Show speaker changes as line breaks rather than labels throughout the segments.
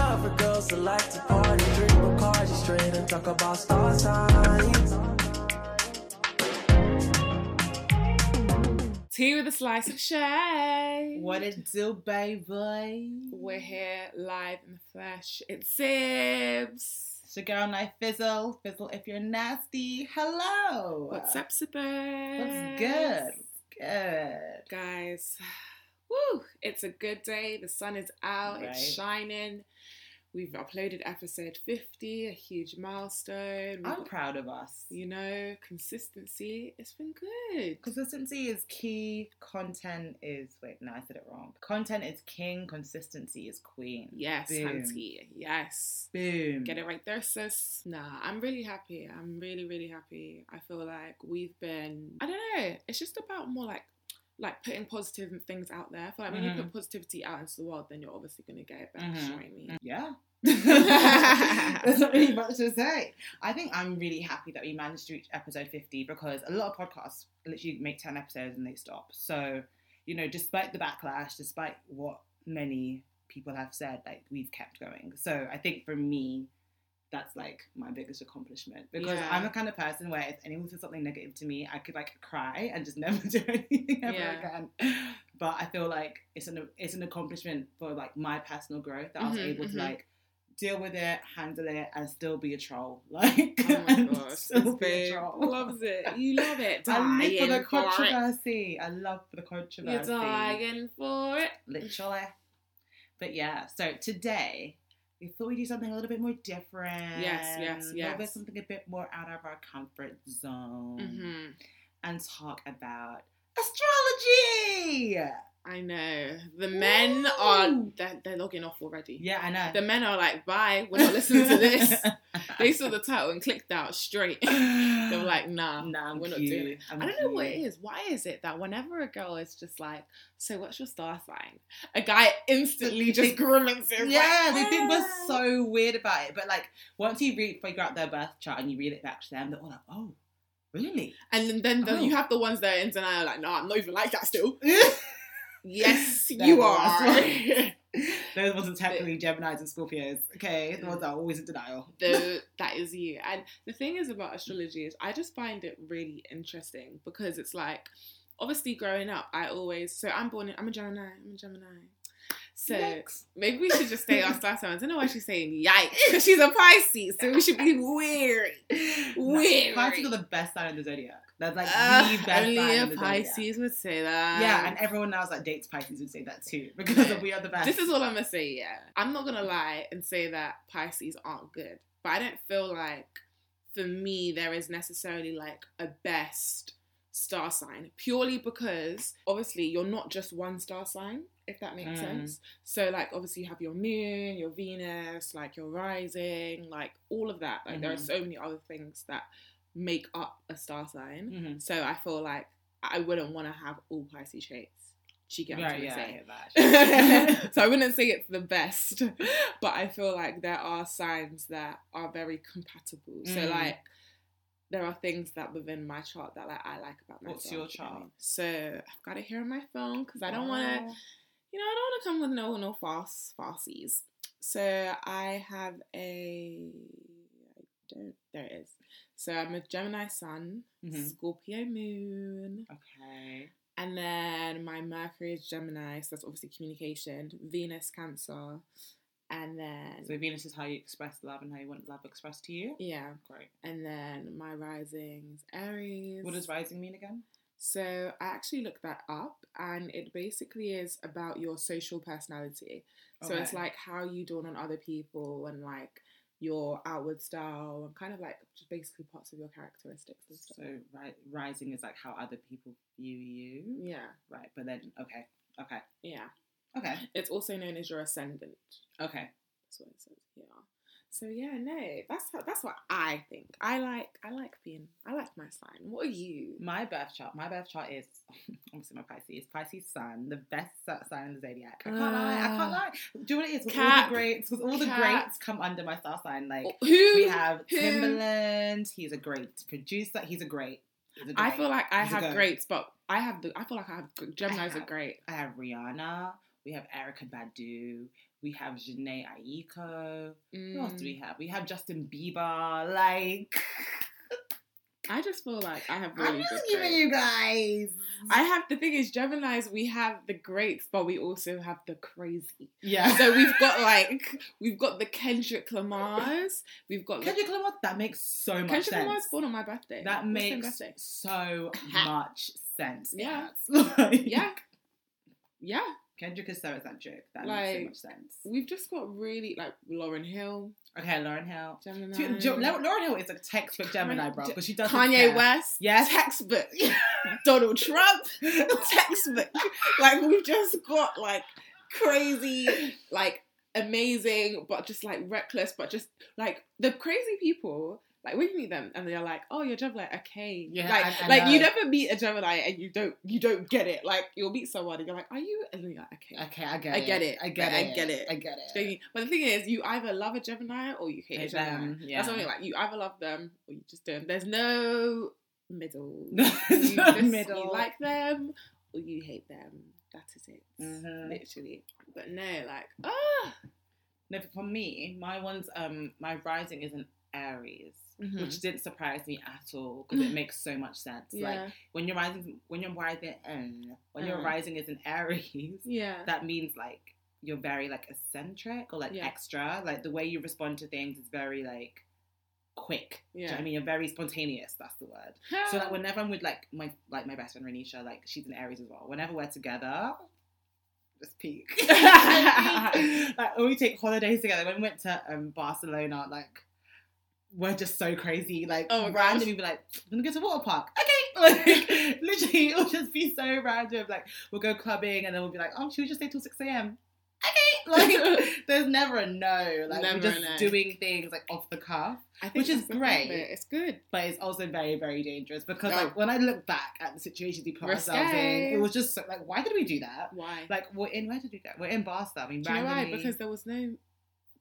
It's a life to party, drink Bacardi straight and talk about star signs.
Tea with a slice of shade.
What it do, baby?
We're here live in the flesh. It's Sibs.
It's your girl, Knife Fizzle. Fizzle if you're nasty. Hello.
What's up, Sibbers?
What's good? Good.
Guys, woo! It's a good day. The sun is out, it's
Right.
shining. We've uploaded episode 50, a huge milestone. We've
I'm
got-
proud of us.
you know, consistency. It's been good.
Consistency is key. Content is. Wait, no, I said it wrong. Content is king. Consistency is queen.
Yes,
Boom.
hunty. Yes.
Boom.
Get it right there, sis. Mm. Nah, I'm really happy. I'm really, really happy. I feel like we've been, I don't know, it's just about more like, like putting positive things out there. I feel like when you
Mhm.
put positivity out into the world, then you're obviously going to get it back.
Mhm.
You know what I mean?
Yeah. There's not really much to say. I think I'm really happy that we managed to reach episode 50 because a lot of podcasts literally make 10 episodes and they stop. So, you know, despite the backlash, despite what many people have said, like we've kept going. So I think for me, that's like my biggest accomplishment because
Yeah.
I'm the kind of person where if anyone says something negative to me, I could like cry and just never do anything ever
Yeah.
again. But I feel like it's an it's an accomplishment for like my personal growth that I was
Mhm,
able
mhm.
to like deal with it, handle it, and still be a troll. Like,
Oh my
and
gosh,
still
this
be a
babe
troll.
loves it. You love it.
I live for
Dying
the
for it.
controversy. I love the
You're
controversy.
dying for it.
Literally. But yeah, so today we thought we'd do something a little bit more different.
Yes, yes,
A little bit
yes.
something a bit more out of our comfort zone
hmm
and talk about astrology.
I know. The men are,
Ooh.
they're, they're logging off already.
Yeah, I know.
The men are like, bye, we're not listening to this. they saw the title and clicked out straight. They were like, nah.
nah, I'm
we're not
cute.
doing it.
I'm
I don't know what
cute."
it is. Why is it that whenever a girl is just like, so what's your star sign? A guy instantly just
Think-
grimaces.
Yeah,
like,
they think we're
"Ah."
so weird about it. But like, once you read, figure out their birth chart and you read it back to them, they're all like, "Oh, really?"
And then, then, then
Oh.
you have the ones that are in denial, like, no, I'm not even like that still.
Those
Yes,
They're
you
the
are.
worst ones are technically Gemini's and Scorpios. Okay, the ones that are always in denial.
Though that is you. And the thing is about astrology is I just find it really interesting because it's like, obviously, growing up, I always, so I'm born in, I'm a Gemini, I'm a Gemini. So.
Yikes.
Maybe we should just say our star signs. I don't know why she's saying yikes. 'cause she's a Pisces, so we should be weary. Weary.
No, Pisces are the best sign in the zodiac. That's like the
Ugh,
best
only
sign in
a
the zodiac.
Pisces would say that.
Yeah, and everyone else that dates Pisces would say that too because
Yeah.
we are the best.
this is all I'm gonna say. Yeah, I'm not gonna lie and say that Pisces aren't good, but I don't feel like for me there is necessarily like a best star sign purely because obviously you're not just one star sign if that makes
Mm.
sense so like obviously you have your moon your venus like your rising like all of that like there are
Mhm.
so many other things that make up a star sign
Mhm.
so i feel like i wouldn't want to have all pisces traits do you get what i'm trying
Right, yeah,
to
I
say
hear that.
so I wouldn't say it's the best, but I feel like there are signs that are very compatible. So
Mm.
like there are things that within my chart that like I like about myself.
What's your
you know what I
chart? Oh.
mean? So I've got it here on my phone because I don't want to, you know, I don't want to come with no no false falsies. So I have a, I don't there it is. So I'm a Gemini Sun,
Mhm.
Scorpio Moon.
Okay.
And then my Mercury is Gemini, so that's obviously communication. Venus, Cancer. And then,
So Venus is how you express love and how you want love expressed to you.
yeah.
Great.
And then my rising's Aries.
What does rising mean again?
So I actually looked that up, and it basically is about your social personality. So it's
Okay.
like how you dawn on other people and like your outward style and kind of like just basically parts of your characteristics and stuff.
So ri- rising is like how other people view you.
Yeah,
Right. But then okay, okay,
yeah.
okay,
It's also known as your ascendant.
okay.
That's what it says here. So yeah, no, that's how, that's what I think. I like I like being I like my sign. What are you?
My birth chart. My birth chart is obviously my Pisces. Pisces sun, the best su- sign in the zodiac. I can't lie. I can't lie. Do you know what it is? 'Cause all
Cap.
the greats, because all the
Cap. Oh,
greats come under my star sign. Like
Who?
we have
who-
Timberland. He's a great producer. He's a great. He's a
I
great.
feel like I
He's a
have
go.
greats, but I have the I feel like I have Gemini's are
have.
great.
I have Rihanna. We have Erica Badu. We have Janae Aiko. Who else do
Mm.
we have? We have Justin Bieber. Like,
Mm, I just feel like I have really
I'm just
good
giving
grades.
you guys.
I have the thing is Gemini's we have the greats but we also have the crazy.
yeah.
So we've got like we've got the Kendrick Lamar's, we've got
Kendrick Lamar. That makes so much
the, Kendrick
sense.
Lamar's born on my birthday. We're
That
same
makes
birthday.
so much sense.
Yeah.
Kat. Like,
Yeah. Yeah.
Kendrick is so eccentric. That
Like-
makes so much sense.
We've just got really like Lauren Hill,
Okay, Lauren Hill.
Gemini.
Dude, Jo- Lau- Lauren Hill is a textbook Gemini,
Kanye-
bro, because she does
Kanye West,
Yes.
textbook. Donald Trump, textbook. Like we've just got like crazy, like amazing, but just like reckless, but just like the crazy people. Like we meet them and they're like, "Oh, you're Gemini, okay."
Yeah,
like,
I- I
like you
know.
never meet a Gemini and you don't you don't get it. Like you'll meet someone and you're like, "Are you?" And they're like, "Okay."
Okay, I get
I
it.
get it.
I get
I
it.
get it.
I get
It's
it.
crazy. But the thing is, you either love a Gemini or you hate a
Hate
Gemini.
them, yeah.
That's something like you either love them or you just don't. There's no middle.
There's
you
no
just- you
middle.
like them or you hate them. That is it.
Mhm.
Literally. But no, like, oh,
No, for me, my one's um my rising is an Aries,
Mhm.
which didn't surprise me at all because it makes so much sense. Like
yeah,
when you're rising, when you're rising, mm, when your
Mm.
rising is an Aries,
yeah,
that means like you're very like eccentric or like
Yeah.
extra. Like the way you respond to things is very like quick. Do you know what
Yeah.
I mean, you're very spontaneous. That's the word. So like whenever I'm with like my like my best friend Renisha, like she's an Aries as well. Whenever we're together, just peak. like when we take holidays together, when we went to um, Barcelona, like we're just so crazy. Like
Oh my gosh.
randomly, we'd be like, "I'm gonna go to a water park." Okay, like literally, it'll just be so random. Like we'll go clubbing, and then we'll be like, "Oh, should we just stay till six a.m." Okay, like there's never a no. Like
Never a
we're just
no.
doing things like off the cuff
I think
which is
that's the thing with
great.
it. It's good.
but it's also very, very dangerous because
Oh.
like when I look back at the situations we put ourselves
Risque.
in, it was just so, like, why did we do that?
Why?
Like we're in where did we go? We're in Barca. I mean,
Do you know
randomly.
why? Because there was no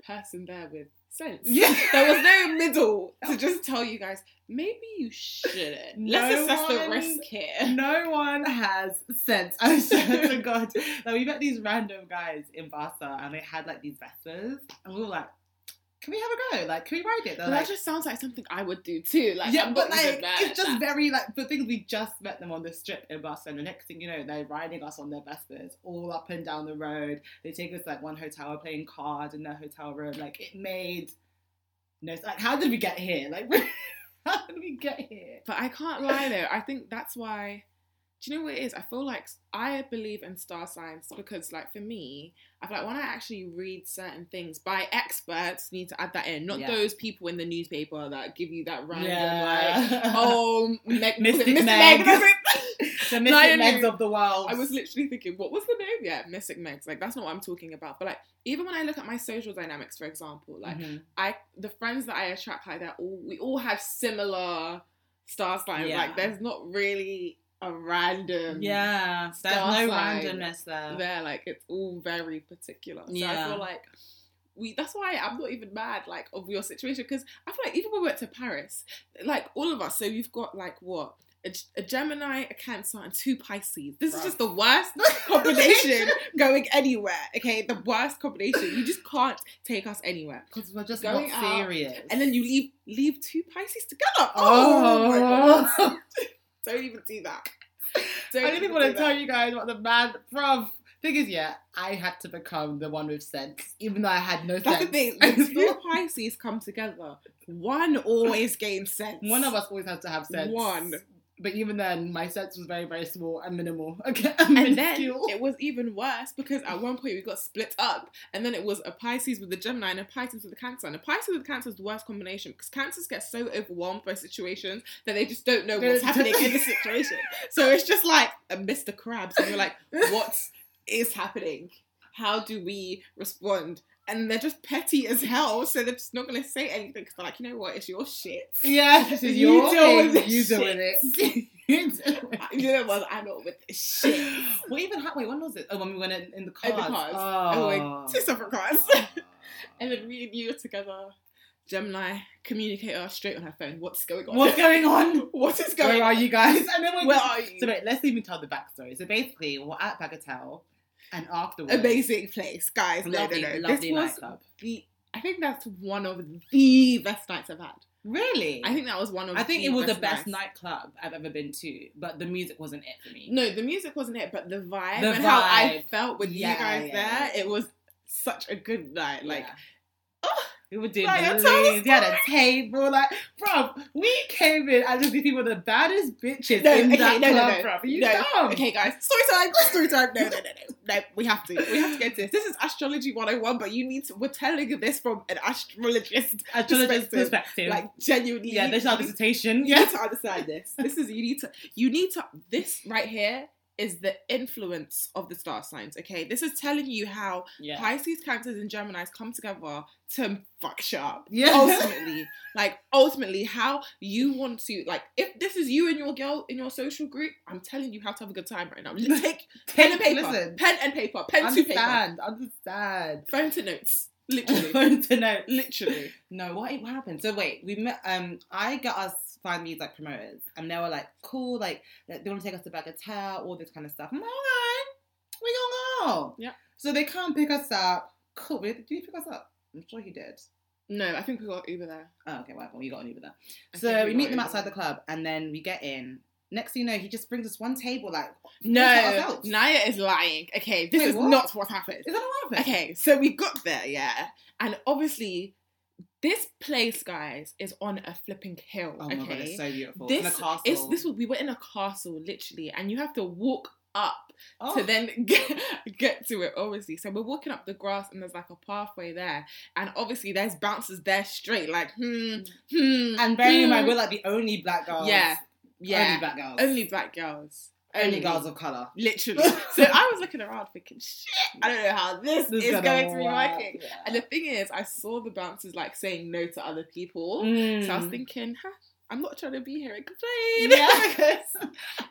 person there with sense.
yeah,
There was no middle to just tell you guys, maybe you shouldn't. Let's
No
assess the
one-
risk here.
no one has sense. I swear to God, like we met these random guys in Barca and they had like these vespas, and we were like, can we have a go? Like, can we ride it? They're
But
like.
that just sounds like something I would do too. Like,
yeah,
I'm
but
not even
like
mad at
it's
that.
just very like the things we just met them on this trip in Barcelona. Next thing you know, they're riding us on their Vespas all up and down the road. They take us to, like one hotel, we're playing cards in their hotel room. Like it made no s- like how did we get here? Like how did we get here?
But I can't lie though. I think that's why. Do you know what it is? I feel like I believe in star signs because, like, for me, I feel like when I actually read certain things by experts, need to add that in, not
Yeah.
those people in the newspaper that give you that random like,
Yeah.
oh, Meg,
Mystic
Miss Meg,
Meg.
Mystic-
the
no, I don't
mystic meds
know.
of the world.
I was literally thinking, what was the name? Yeah, Mystic Megs. Like that's not what I'm talking about. But like even when I look at my social dynamics, for example, like
Mhm.
I the friends that I attract, like that all we all have similar star signs.
Yeah.
Like there's not really a random
yeah, there's
star
no
sign.
randomness there.
there. Like it's all very particular. So I
Yeah.
feel like we that's why I'm not even mad like of your situation because I feel like even when we went to Paris, like all of us, so you've got like what? A, a Gemini, a Cancer, and two Pisces. This
Bruh.
is just the worst combination going anywhere. Okay, the worst combination. You just can't take us anywhere.
Because we're just
Going
not
out,
serious.
And then you leave leave two Pisces together.
oh,
my god! Don't even do that. Don't
I didn't
even
want
do
to
that.
tell you guys what the man from. Thing is, yeah, I had to become the one with sense, even though I had no
That's the
sense.
thing. When two Pisces come together, one always gains sense.
one of us always has to have sense.
One.
But even then, my sense was very, very small and minimal. Okay,
And then
minuscule.
it was even worse because at one point we got split up, and then it was a Pisces with a Gemini and a Pisces with a Cancer. And a Pisces with a Cancer is the worst combination because Cancers get so overwhelmed by situations that they just don't know what's
They-
happening in the situation. So it's just like a Mr. Krabs, and you're like, what is happening? How do we respond? And they're just petty as hell, so they're just not going to say anything because they're like, you know what, it's your shit.
yeah, this is
You
your
deal with
thing.
this
You deal with
shit.
it. You deal with
I- You know what? I'm not with this shit.
it. What even happened? Wait, when was it? Oh, when we went in, in the
In
cars.
the cars.
Oh.
And we're two separate cars. and then me and you are together. Gemini, communicator, straight on her phone. What's going on?
What's going on?
what is going
Where are
on?
you guys? And then we
Where are you?
So wait, let's even tell the backstory. So basically, we're at Bagatelle. And afterwards,
Amazing place, guys. No,
lovely,
no, no.
lovely
this was
nightclub.
the. I think that's one of the best nights I've had.
Really,
I think that was one of.
I think
the
it was the best
nights.
nightclub I've ever been to, but the music wasn't it for me.
No, the music wasn't it, but the vibe
The
and how I
vibe.
felt with
Yeah,
you guys
yeah.
there, it was such a good night. Like
Yeah.
oh,
we were doing
Raya,
the
tell the
leaves, we had a table, like, bro, we came in as if we were the baddest bitches
No,
in
okay,
that
no, no,
club,
no.
bro. Are you
No,
dumb?
okay, guys, story time, story time. No, no, no, no, no. We have to, we have to get to this. This is astrology 101, but you need to. We're telling you this from an astrologist, perspective.
Astrologist perspective.
like genuinely.
yeah, there's our dissertation.
You need to understand this. This is you need to you need to this right here is the influence of the star signs. Okay, this is telling you how
yeah.
Pisces, Cancers, and Gemini's come together to fuck shit up.
Yeah.
Ultimately, like ultimately, how you want to like if this is you and your girl in your social group, I'm telling you how to have a good time right now. Take pen and paper,
Listen,
pen and paper, pen to paper,
understand, understand.
phone to notes, literally,
Want to know.
literally.
No, what, what happened? So wait, we met. Um, I got us find these like promoters, and they were like, "Cool, like like, they want to take us to Bagatelle, all this kind of stuff." I'm like, "All right, we gonna go."
Yeah.
So they come pick us up. Cool. Did you pick us up? I'm sure he did.
No, I think we got Uber there.
Oh, okay, whatever. We got an Uber there.
I think
so we
got
meet them
Uber
outside the
there.
club, and then we get in. Next thing you know, he just brings us one table. Like, That's
No,
what I felt.
Naya is lying. Okay, this
Wait,
is
what?
not what happened.
is that what happened?
Okay, so we got there, yeah, and obviously, this place, guys, is on a flipping hill.
Oh my
okay,
god, it's so beautiful.
this
in a castle.
is this was we were in a castle literally, and you have to walk up
oh,
to then get, get to it. Obviously, so we're walking up the grass, and there's like a pathway there, and obviously there's bouncers there straight, like hmm, hmm,
And bearing in mind,
hmm.
we're like the only black girls.
yeah,
Only
yeah,
black girls.
only black girls,
only girls of color.
Literally. so I was looking around thinking, shit, I don't know how this, is
gonna
going to be
work.
working.
Yeah.
And the thing is, I saw the bouncers like saying no to other people. So
Mm.
I was thinking, huh, I'm not trying to be here and complain.
Yes.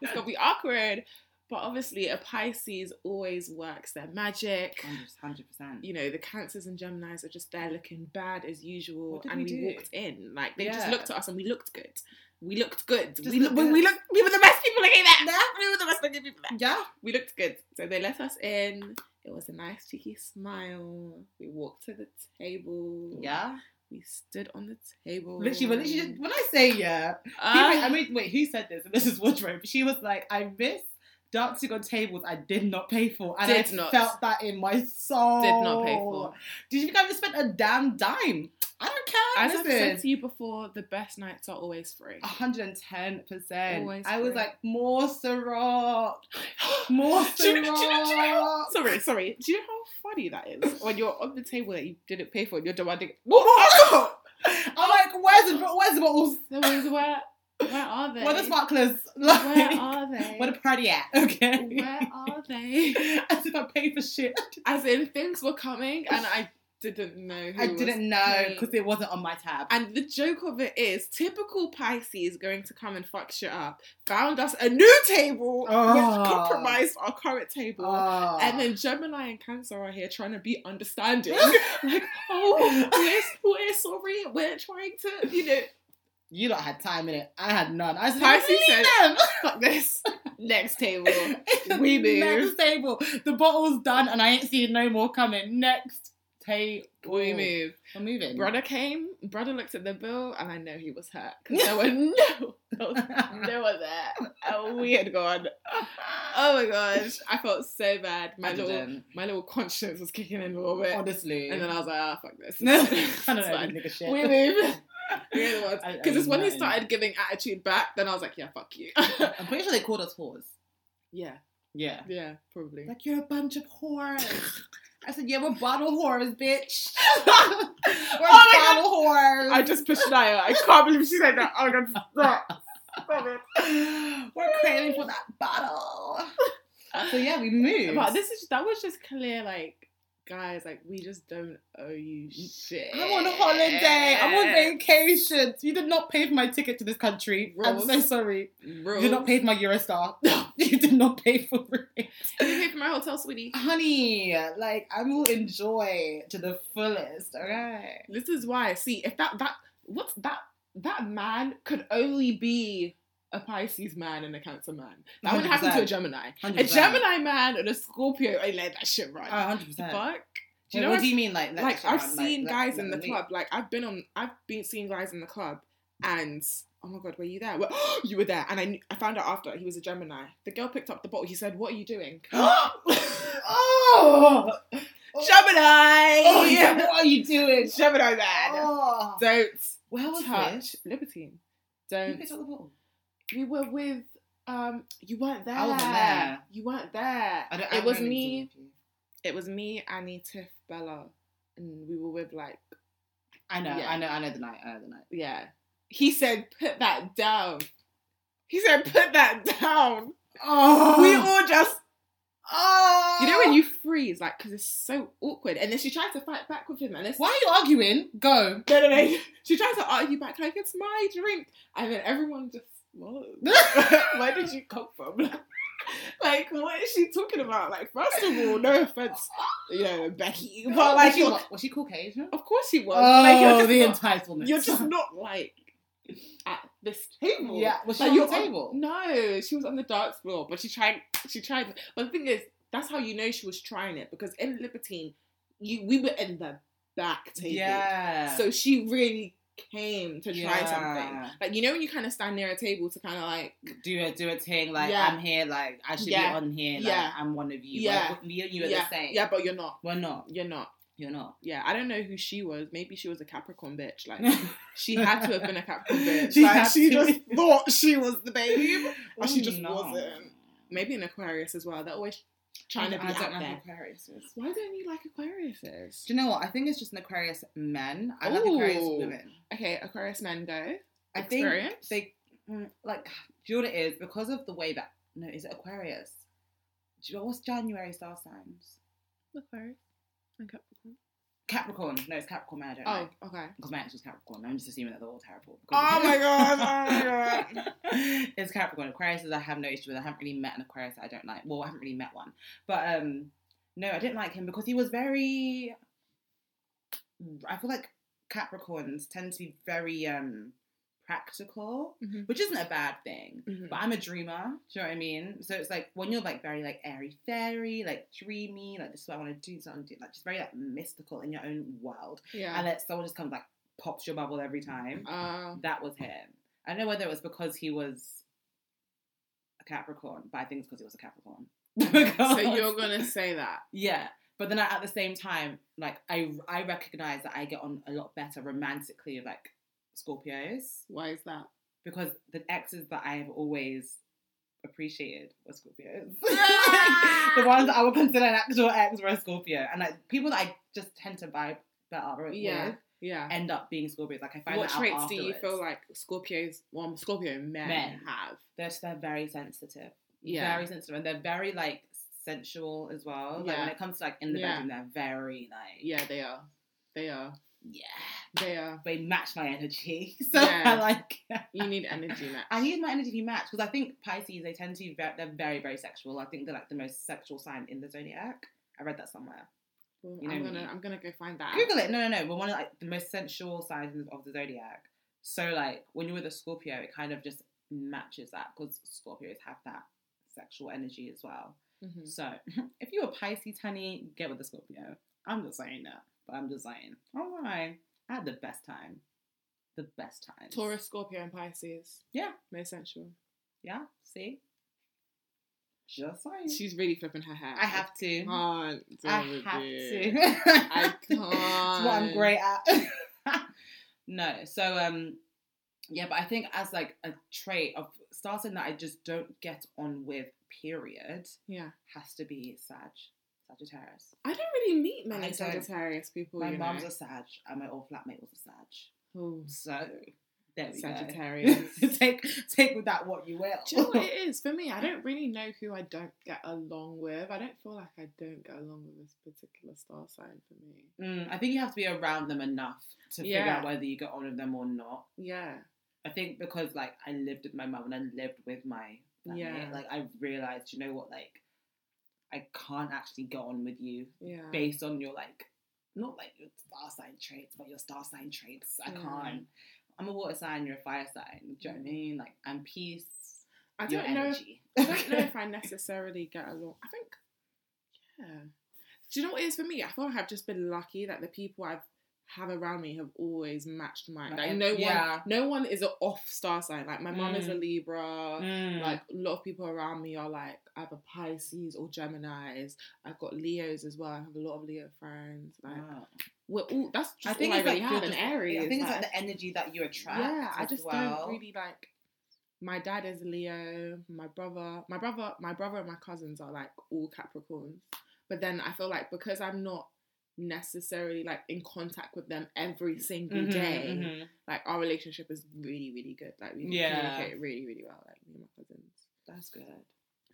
it's going to be awkward. But obviously, a Pisces always works their magic.
Hundred percent.
You know, the Cancers and Geminis are just there looking bad as usual.
What did
And
we
we,
do?
walked in. Like, they just
Yeah.
looked at us and we looked good. We looked good.
Just
We,
looked
looked we, we
good.
looked, we were the best people looking there. We were the best looking people there.
Yeah.
we looked good. So they let us in. It was a nice cheeky smile. We walked to the table.
Yeah.
We stood on the table.
Literally, but literally, just, when I say yeah, he
Ah,
went- I mean, wait, who said this? This is wardrobe. She was like, I miss dancing on tables I did not pay for, and
Did
I
not.
felt that in my soul.
did not
Oh,
pay for.
Did you think I just spent a damn dime? I don't care.
As I've said
Listen. Oh.
to you before, the best nights are always free.
110%.
Always
I was
free.
like, more Ciroc. More
Do you know- do you know- do you know-
Ciroc.
Sorry, sorry. Do you know how funny that is? When you're on the table that you didn't pay for, and you're demanding more alcohol.
I'm like, where's the where's the bottles?
There was where, where are they?
Where the sparklers?
Where
Like,
are they?
where the party at? Okay.
Where are they?
As if I paid for shit.
As in, things were coming, and I didn't know. Who
I
was
didn't know
paying.
because it wasn't on my tab.
And the joke of it is, typical Pisces going to come and fuck shit up. Found us a new table,
Oh.
which compromised our current table.
Oh.
And then Gemini and Cancer are here trying to be understanding. like, oh, we're, we're sorry, we're trying to, you know,
you lot had time in it. I had none. I said,
Pisces
"Leave
said-
them."
fuck this. Next table. We
Next
move.
table. The bottle's done, and I ain't seen no more coming. Next table.
We move.
We're moving.
Brother came, brother looked at the bill, and I know he was hurt. Because there were no, there was no one there. And we had gone. Oh my gosh, I felt so bad. My
I
little,
didn't.
my little conscience was kicking in a little bit,
Honestly.
and then I was like, ah, fuck this.
No,
It's
I don't know. I
fine.
didn't give a shit.
We move.
I- I
Because it's when he
didn't.
started giving attitude back, then I was like, yeah, fuck you.
I'm pretty sure they called us whores.
yeah,
Yeah.
yeah, probably.
Like you're a bunch of whores. I said, yeah, we're bottle whores, bitch. we're
my
bottle whores.
I just pushed Naya. I can't believe she said that. Oh my god, stop. Stop it.
we're craving for that bottle. So yeah, we moved.
But this is that was just clear, like guys, like we just don't owe you shit.
I'm on holiday. I'm on vacation. You did not pay for my ticket to this country.
Rules.
I'm so sorry.
Rules.
You did not pay for my Eurostar. you did not pay for it.
You didn't pay for my hotel, sweetie.
Honey, like I will enjoy to the fullest. Okay.
This is why. See, if that that what's that that man could only be a Pisces man and a Cancer man. That would happen to a
100%.
Gemini. A
100%.
Gemini man and a Scorpio ain't let that shit run.
Oh, 100%.
Fuck. Do
Wait,
you know
what
what
do you mean? Like, let
like
the shit
I've
run, like,
seen
let-
guys in
let
the
them leak?
club. Like I've been on, I've been seeing guys in the club, and oh my god, were you there? Well, you were there, and I, knew, I found out after he was a Gemini. The girl picked up the bottle. He said, "What are you doing?"
oh!
Gemini.
Oh, yeah. What are you doing?
Gemini man.
Oh.
Don't
Where was
touch
this?
libertine.
Who
Don't.
picked up the bottle?
We were with. Um, you weren't there.
I wasn't there.
You weren't there.
I don't- I
it was
don't know
me.
anything.
It was me, Annie, Tiff, Bella, and we were with like
I know,
Yeah.
I know, I know the night. I know the night.
yeah. He said, put that down. He said, put that down.
Oh,
We all just,
Oh,
you know, when you freeze, like, because it's so awkward. And then she tried to fight back with him. And it's,
Why are you arguing? Go.
no, no, no. She tried to argue back, like, it's my drink. And then everyone just, what? Where did you come from? like, what is she talking about? Like, first of all, no offense, you know, Becky. But,
was
like,
she,
you're,
what- was she Caucasian?
of course she was.
Oh,
like, you're just
the
not-
entitlement.
You're just not, like, at this table.
yeah. Was she
Like,
on the
you're on-
table?
No, she was on the dance floor, but she tried. She tried. But the thing is, that's how you know she was trying it because in Libertine, you we were in the back table,
Yeah.
so she really came to try
Yeah.
something. Like you know when you kind of stand near a table to kind of like
do a do a thing like
Yeah.
I'm here, like I should
Yeah.
be on here, like
Yeah.
I'm one of you.
Yeah.
Like, me and you are
yeah,
the same.
yeah, but you're not.
We're not.
You're not.
You're not.
Yeah, I don't know who she was. Maybe she was a Capricorn bitch. Like she had to have been a Capricorn bitch.
She
like
had
she
to.
just thought she was the babe. Or she
Ooh,
just wasn't. Maybe an Aquarius as well. They're always trying to be
I don't
out
know
there.
who Aquarius is.
Why don't you like Aquariuses?
Do you know what? I think it's just an Aquarius men. I like
Ooh.
Aquarius women.
Okay, Aquarius men go.
I
Experience?
think they mm, like. Do you know what it is? Because of the way that no, is it Aquarius? Do you know what's January star signs?
Aquarius and Capricorn.
Capricorn. No, it's Capricorn. Man, I don't
Oh, okay.
because my ex was Capricorn. I'm just assuming that they're all terrible.
Oh my God, oh my
it's Capricorn. Aquarius is I have no issue with. I haven't really met an Aquarius that I don't like. Well, I haven't really met one, but um, no, I didn't like him because he was very. I feel like Capricorns tend to be very um practical,
Mhm.
which isn't a bad thing.
Mhm.
But I'm a dreamer. Do you know what I mean? So it's like when you're like very like airy fairy, like dreamy, like this is what I want to do, this is what I want to do, like just very like mystical in your own world. And
Yeah.
then someone just comes like pops your bubble every time.
Uh,
That was him. I don't know whether it was because he was a Capricorn, but I think it's because he was a Capricorn.
so
Because-
you're gonna say that?
yeah. But then I, at the same time, like I I recognize that I get on a lot better romantically with, like Scorpios
Why is that?
because the exes that I have always appreciated were Scorpios.
Ah!
the ones that I would consider an actual ex were a Scorpio, and like people that I just tend to vibe better with
Yeah. Yeah.
end up being Scorpios. Like I find
What
that out
traits do you
afterwards.
feel like Scorpios, well, Scorpio men,
Men.
have?
They're just- they're very sensitive,
Yeah.
very sensitive, and they're very like sensual as well. Like when
Yeah.
it comes to like in the
Yeah.
bedroom, they're very like
yeah, they are. They are.
yeah.
They are.
They match my energy, so
Yeah.
I like.
You need energy match.
I need my energy to be matched because I think Pisces they tend to be ve- they're very very sexual. I think they're like the most sexual sign in the zodiac. I read that somewhere.
Well,
you know
I'm
me.
gonna. I'm gonna go find that. out.
Google it. No, no, no. We're one of like the most sensual signs of the zodiac. So like when you're with a Scorpio, it kind of just matches that because Scorpios have that sexual energy as well.
Mhm.
So if you're a Pisces, honey, get with a Scorpio. I'm just saying that, but I'm just saying. All right, I had the best time. The best time.
Taurus, Scorpio, and Pisces.
Yeah.
most sensual.
Yeah. See. Just saying.
She's really flipping her hair.
Mm. I have to.
Oh, can't. do
I
with
have
it.
to.
I can't.
it's what I'm great at. no, so um, yeah, but I think as like a trait of starting that I just don't get on with. Period
Yeah.
has to be Sag, Sagittarius.
I don't really meet
I
many
don't.
Sagittarius people.
my
you
mum's
know.
a Sag, and my old flatmate was a Sag.
Ooh,
So there we
Sagittarius. Do
go. take take with that what you
you know
will.
what it is for me? I don't really know who I don't get along with. I don't feel like I don't get along with this particular star sign for me.
Mm, I think you have to be around them enough to figure
Yeah.
out whether you get on with them or not.
Yeah,
I think because like I lived with my mum and I lived with my family,
Yeah.
like I realized, you know what, like I can't actually go on with you
yeah.
based on your like not like your star sign traits, but your star sign traits. I
Yeah. Mm.
can't. I'm a water sign, you're a fire sign. Do you know what I mean? Like, I'm peace.
I
you're
don't know. If,
energy.
I don't know if I necessarily get along. I think, yeah. Do you know what it is for me? I feel like I've just been lucky that the people I've have around me have always matched mine. Like
Like,
no
yeah.
one, no one is an off star sign. Like my mum is a
Mm.
Libra.
Mm.
Like a lot of people around me are like either Pisces or Gemini's. I've got Leos as well. I have a lot of Leo friends. Like
Wow.
we're all that's just
I think
all I
it's like
really have
you're
an
just-
Aries.
I think it's like the energy that you attract.
yeah, I
as
just
well.
don't really like. My dad is Leo. My brother, my brother, my brother and my cousins are like all Capricorns. But then I feel like because I'm not necessarily like in contact with them every single
Mhm,
day,
mhm.
like our relationship is really, really good. Like we
Yeah.
communicate really, really well. Like me and my cousins.
That's good.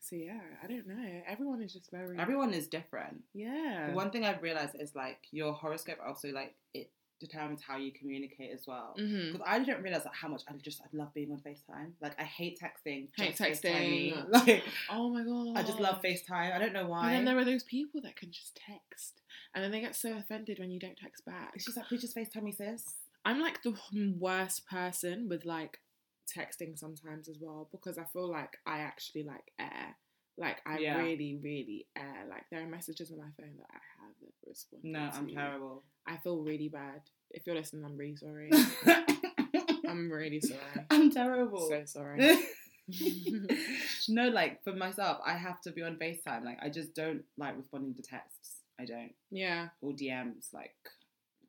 So yeah, I don't know. Everyone is just very
Everyone is different.
yeah.
The one thing I've realized is like your horoscope also like it determines how you communicate as well.
Mhm.
Because I didn't realize like, how much I just I love being on FaceTime. Like I hate texting.
Hate
just FaceTiming.
texting.
Like
Oh my god!
I just love FaceTime. I don't know
And
why.
then there are those people that can just text, and then they get so offended when you don't text back.
She's like, please just FaceTime me, sis.
I'm like the worst person with like texting sometimes as well because I feel like I actually like air. Like I
Yeah.
really, really air. Like there are messages on my phone that I haven't responded.
No, I'm
to.
terrible.
I feel really bad. If you're listening, I'm really sorry. I'm really sorry.
I'm terrible.
so sorry.
no, like for myself, I have to be on FaceTime. Like I just don't like responding to texts. I don't.
yeah,
Or DMs. Like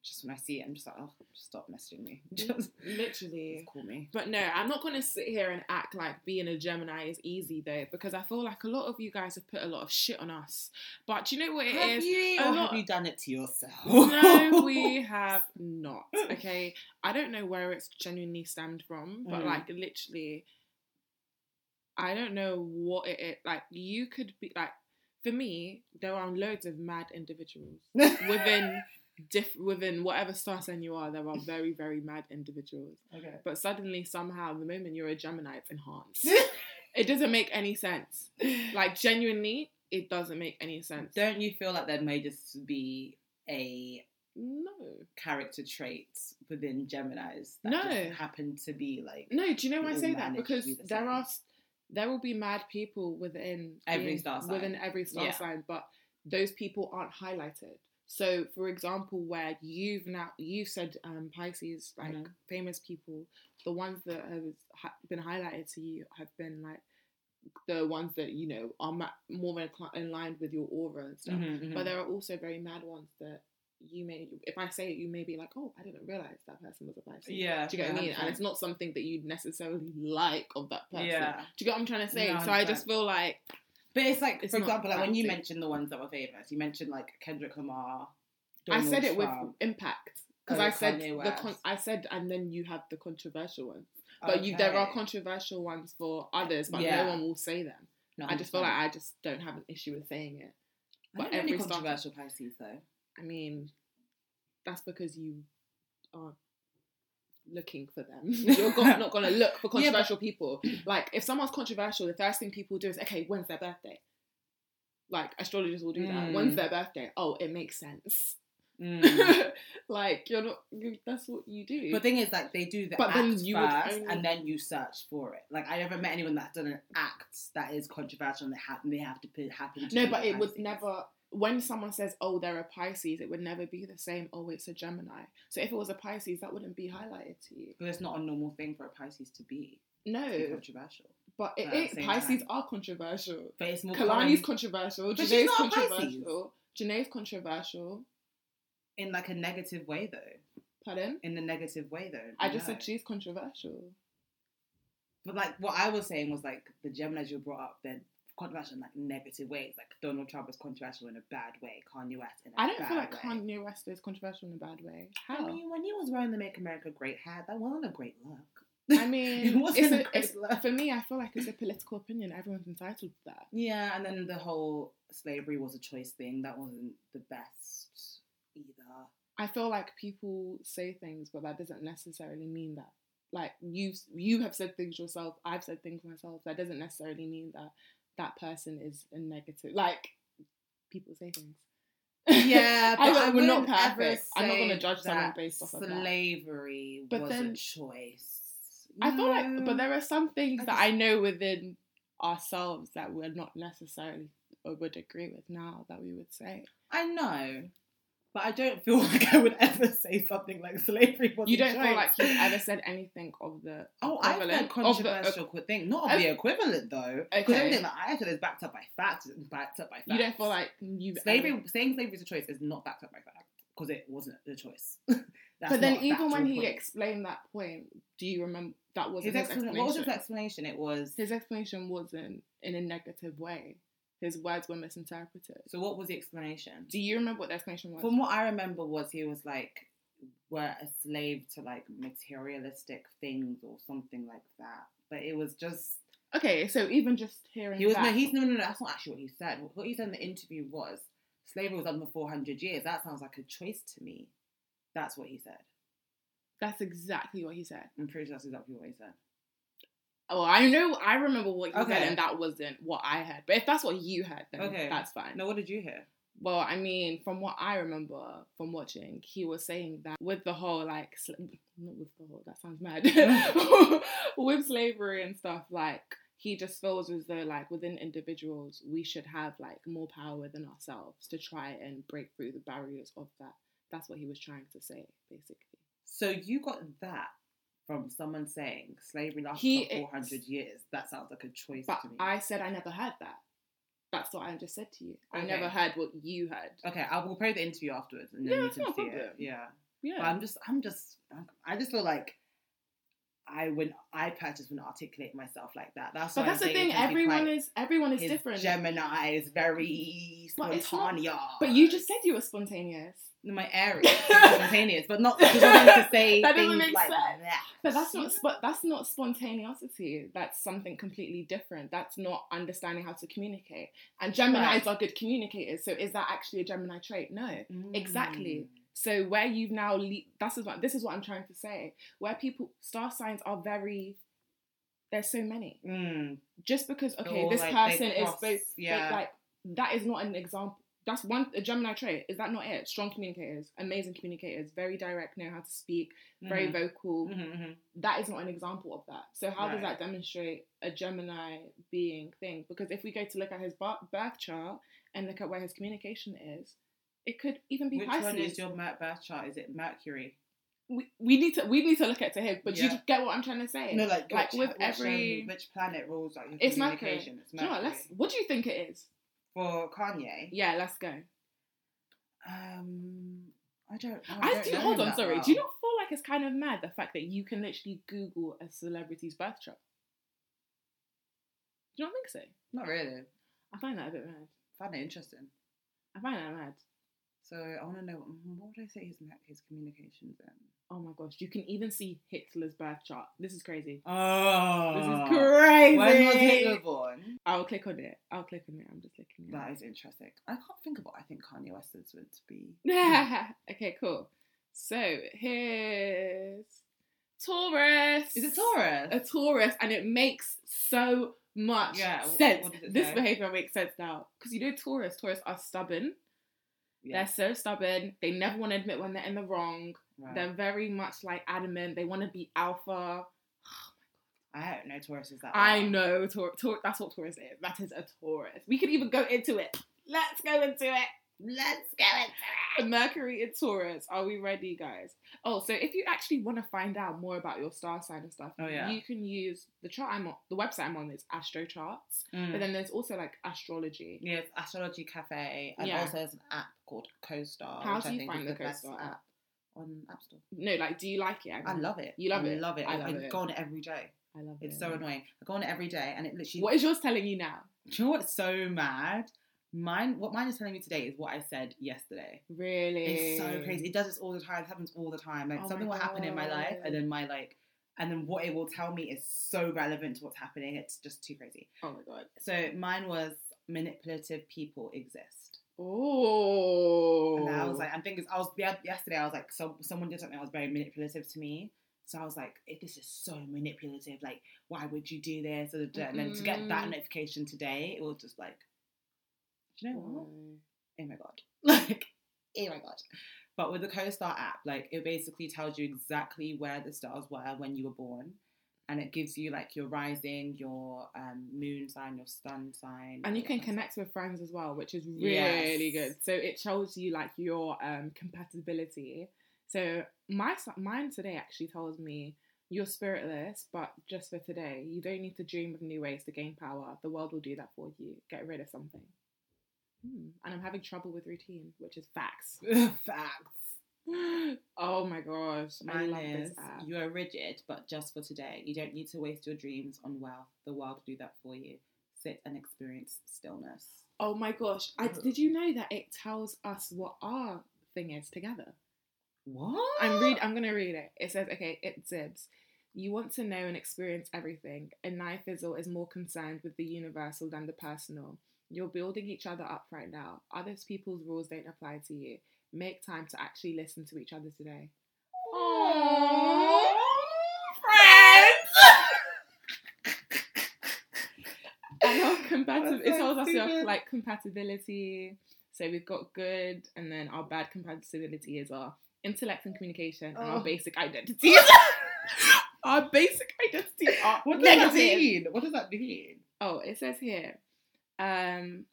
just when I see it, I'm just like, oh, stop messaging me.
Mm-hmm.
Just,
literally.
just call me.
But no, I'm not going to sit here and act like being a Gemini is easy though, because I feel like a lot of you guys have put a lot of shit on us. But do you know what it is?
you?
a
Or
lot-
have you done it to yourself?
no, we have not. Okay, I don't know where it's genuinely stemmed from, but
Mm.
like literally, I don't know what it, it like. You could be like, for me, there are loads of mad individuals within diff within whatever star sign you are. There are very very mad individuals,
Okay.
but suddenly somehow the moment you're a Gemini, it's enhanced. it doesn't make any sense. Like genuinely, it doesn't make any sense.
Don't you feel like there may just be a
no.
character trait within Gemini's that
No.
just happen to be like
No, do you know why I
We all
say that?
manage to
Because
be the
there
same.
are s- there will be mad people within
Every star sign.
within every star
Yeah.
sign, but those people aren't highlighted. So, for example, where you've now you said um, Pisces, like
Mhm.
famous people, the ones that have hi- been highlighted to you have been like the ones that you know are ma- more in, cli- in line with your aura and stuff.
Mhm, mhm.
But there are also very mad ones that you may, if I say it, you may be like, oh, I didn't realize that person was a Pisces.
yeah,
Do you get what I mean? And
100%.
it's not something that you necessarily like of that person.
yeah.
Do you get what I'm trying to say?
No,
so I just feel like,
But it's like,
It's
for
not
example, like when you
fancy.
mentioned the ones that were famous, you mentioned like Kendrick Lamar.
I said it with
Trump.
impact because
Oh,
I said
Kanye
the con-
West.
I said, and then you have the controversial ones. But you, there are
Okay.
controversial ones for others, but
Yeah.
no one will say them.
No,
I just feel
100%.
like I just don't have an issue with saying it.
I
but
don't know any
every star-
controversial Pisces though.
I mean, that's because you aren't looking for them. You're go- not going to look for
Yeah, but-
controversial people. Like, if someone's controversial, the first thing people do is, okay, when's their birthday? Like, astrologers will do that.
Mm.
When's their birthday? Oh, it makes sense.
Mm.
like, you're not, you, that's what you do.
But the thing is, like they do the
But
act
then you would
first,
only-
and then you search for it. Like I never met anyone that's done an act that is controversial and they have they have to p- happen. To
no,
be
but
a
it would
Pisces.
never. When someone says, "Oh, they're a Pisces," it would never be the same. Oh, it's a Gemini. So if it was a Pisces, that wouldn't be highlighted to you.
But it's not a normal thing for a Pisces to be, to be
No,
controversial.
but it,
at the
it-
uh, same
Pisces
time.
are controversial.
But it's more
Kalani's
common
controversial.
But she's
Janae's
not a Pisces.
controversial. Janae's controversial.
in like a negative way though.
Pardon?
In a negative way though.
I just
no.
said she's controversial.
But like what I was saying was like the Gemini's you brought up, they're controversial in like negative ways. Like Donald Trump is controversial in a bad way. Kanye West in a
I don't
bad
feel like
way.
Kanye West is controversial in a bad way.
I
How?
mean, when he was wearing the Make America Great hat, that wasn't a great look.
I mean,
It wasn't
it's
a
a-
great
it's-
look.
for me, I feel like it's a political opinion. Everyone's entitled to that.
Yeah, and then the whole slavery was a choice thing. That wasn't the best either.
I feel like people say things, but that doesn't necessarily mean that. Like you, you have said things yourself. I've said things myself. That doesn't necessarily mean that that person is a negative. Like people say things.
Yeah,
I
but I,
don't-
would
we're
not
not
ever
perfect. I'm not gonna
say
judge someone
that
based off of that.
slavery
But
was
then-
a choice.
I feel like,
No.
but there are some things
I
that
just-
I know within ourselves that we're not necessarily or would agree with now that we would say.
I know, but I don't feel like I would ever say something like slavery was.
you
a
don't
choice.
feel like you've ever said anything of the
Oh, I've
equivalent
said
of the-
controversial qu thing, not of
Oh.
the equivalent though, because
Okay.
everything that I said is backed up by facts. it's Backed up by facts.
you don't feel like you've
slavery
ever-
saying slavery is a choice is not backed up by fact because it wasn't a choice. That's
but then
not a
even when
factual
he
point.
explained that point, do you remember that was
his
his,
explanation,
explanation?
what was his explanation? It was
his explanation wasn't in a negative way. His words were misinterpreted.
so. What was the explanation?
Do you remember what the explanation was?
From what I remember, was he was like we're a slave to like materialistic things or something like that. But it was just
okay, so even just hearing
he was
that,
no, he's no, no, no. That's not actually what he said. What he said in the interview was slavery was under four hundred years. That sounds like a choice to me. That's what he said.
that's exactly what he said.
I'm pretty sure that's exactly what he said.
Oh, I know, I remember what you said,
Okay.
and that wasn't what I heard. But if that's what you heard, then
Okay.
that's fine.
No, what did you hear?
Well, I mean, from what I remember from watching, he was saying that with the whole like, sl- not with the whole, that sounds mad, with slavery and stuff, like, he just feels as though, like, within individuals, we should have, like, more power within ourselves to try and break through the barriers of that. That's what he was trying to say, basically.
So you got that from someone saying slavery
He
lasted for 400 years. That sounds like a choice
But
to me.
I said I never heard that. That's what I just said to you. I
Okay.
never heard what you heard.
okay, I will play the interview afterwards and then
Yeah,
you
it's
can
not a
see it.
problem.
Yeah. But
Yeah.
I'm just, I'm just, I just feel like I when I practice wouldn't articulate myself like that. That's
But
why I'm
that's the
saying
thing.
it can be
Everyone
quite-
is everyone is
his
different.
Gemini is very
But it's not-
spontaneous.
But you just said you were spontaneous.
my Aries is spontaneous, but not because I want to say
That doesn't
things
make
like
sense.
that.
But that's not spo- that's not spontaneity. That's something completely different. That's not understanding how to communicate. And Gemini's
Right.
are good communicators. So is that actually a Gemini trait? No.
Mm.
Exactly. So where you've now le- that's is what this is what I'm trying to say. Where people star signs are very there's so many.
Mm.
Just because okay,
Or,
this
like, they
person is
cross-
both
yeah.
like that is not an example. That's one a Gemini trait. Is that not it? Strong communicators, amazing communicators, very direct, know how to speak, very
Mhm.
vocal.
Mhm, mhm.
that is not an example of that. So how does
Right.
that demonstrate a Gemini being thing? Because if we go to look at his bir- birth chart and look at where his communication is, it could even be
Which
Pisces.
one is your mer- birth chart? Is it Mercury?
we, we need to we need to look at to him. But you
Yeah.
get what I'm trying to say.
No, like
Like
which-
with
which,
every-
um, which planet rules like your
It's Mercury.
communication? It's
Do you know what? Let's.
Mercury.
What do you think it is?
For Kanye,
Yeah, let's go.
um, I don't. know,
I,
don't
do.
know
Hold
him
on,
that
sorry.
well.
Do you not feel like it's kind of mad the fact that you can literally Google a celebrity's birth chart? Do you not think so?
Not really.
I find that a bit mad.
Found it interesting.
I find that mad.
So I want to know mm, what would I say his Merc- his communications in?
Oh my gosh, you can even see Hitler's birth chart. This is crazy.
Oh,
This is crazy.
When was Hitler born?
I'll click on it. I'll click on it. I'm just looking at
That is interesting. I can't think of what I think Kanye West is meant to be.
it. okay, cool. So here's Taurus.
Is it Taurus?
A Taurus, and it makes so much
Yeah, wh-
sense.
what does it
this
say?
behavior makes sense now. Because you know, Taurus, Taurus are stubborn.
Yeah,
They're so stubborn. They never want to admit when they're in the wrong.
right.
They're very much like adamant. They want to be alpha.
I don't know Taurus is that.
I
well.
know, Taur- Taur- that's what Taurus is. That is a Taurus. We could even go into it. Let's go into it. Let's go into it. Mercury in Taurus. Are we ready, guys? Oh, so if you actually want to find out more about your star sign and stuff,
Oh, yeah.
you can use the chart I'm on. The website I'm on is Astro Charts,
Mm.
but then there's also like astrology.
Yes, Astrology Cafe, and
Yeah.
also there's an app called CoStar.
How
which
do
I
you
think
find
is
the
best
CoStar app?
on App Store?
No, like, do you like it?
I love it.
You love
I
it?
Love it.
I
I,
love
I
it.
go on it every day.
I love it.
It's so annoying. I go on it every day, and it literally.
What is yours telling you now?
Do you know what's so mad? Mine. What mine is telling me today is what I said yesterday.
Really?
It's so crazy. It does this all the time. It happens all the time. Like
Oh my
something will happen in my life,
God.
and then my like, and then what it will tell me is so relevant to what's happening. It's just too crazy.
Oh my god.
So mine was manipulative people exist.
Oh.
And I was like, and things. I was yeah, yesterday. I was like, so someone did something that was very manipulative to me. So I was like, "Eh, this is so manipulative. Like, why would you do this? And then to get that
Mm-mm. Mm.
notification today, it was just like, do you know what?
Why?
Oh my god! Like, oh my god. But with the CoStar app, like it basically tells you exactly where the stars were when you were born, and it gives you like your rising, your um, moon sign, your sun sign,
And you can
all that stuff.
connect with friends as well, which is
Yes.
really good. So it shows you like your um, compatibility. So my s- mine today actually tells me you're spiritless, but just for today, you don't need to dream of new ways to gain power. The world will do that for you. Get rid of something. Hmm. And I'm having trouble with routine, which is facts.
Facts.
oh my gosh, I
Mine
love
is
this app.
you are rigid, but just for today. You don't need to waste your dreams on wealth. The world will do that for you. Sit and experience stillness.
Oh my gosh, I, did you know that it tells us what our thing is together?
What?
I'm read. I'm gonna read it. It says, okay, it zibs. You want to know and experience everything. And Nye Fizzle is more concerned with the universal than the personal. You're building each other up right now. Other people's rules don't apply to you. Make time to actually listen to each other today.
Aww.
And our compatibility.
That's
It
so
tells us our
stupid.
like compatibility. So we've got good, and then our bad compatibility is our intellect and communication, and our
Oh.
basic identities. our basic identities are
What does that
negative.
mean? What does that mean?
Oh, it says here. Um,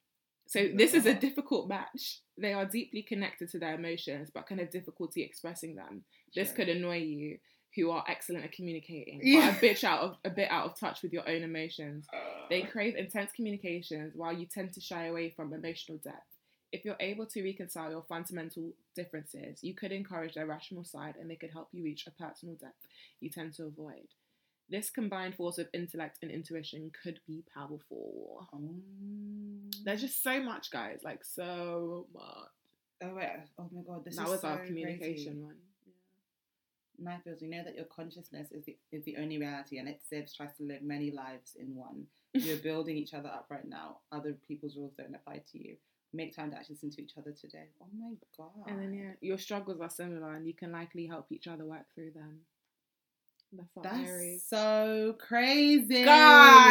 so this is a difficult match. They are deeply connected to their emotions, but can have difficulty expressing them. This
Sure.
could annoy you, who are excellent at communicating,
Yeah.
but a bitch out of a bit out of touch with your own emotions. They crave intense communications, while you tend to shy away from emotional depth. If you're able to reconcile your fundamental differences, you could encourage their rational side, and they could help you reach a personal depth you tend to avoid. This combined force of intellect and intuition could be powerful.
Oh. Um,
There's just so much, guys. Like so much.
oh, wait. oh my god, this
that
is
was
so
our
crazy.
communication one.
Nightfields, we know that your consciousness is the, is the only reality, and it saves tries to live many lives in one. You're building each other up right now. Other people's rules don't apply to you. Make time to actually listen to each other today. Oh my god!
And then yeah, your struggles are similar, and you can likely help each other work through them. That's our
that's
Aries.
so crazy,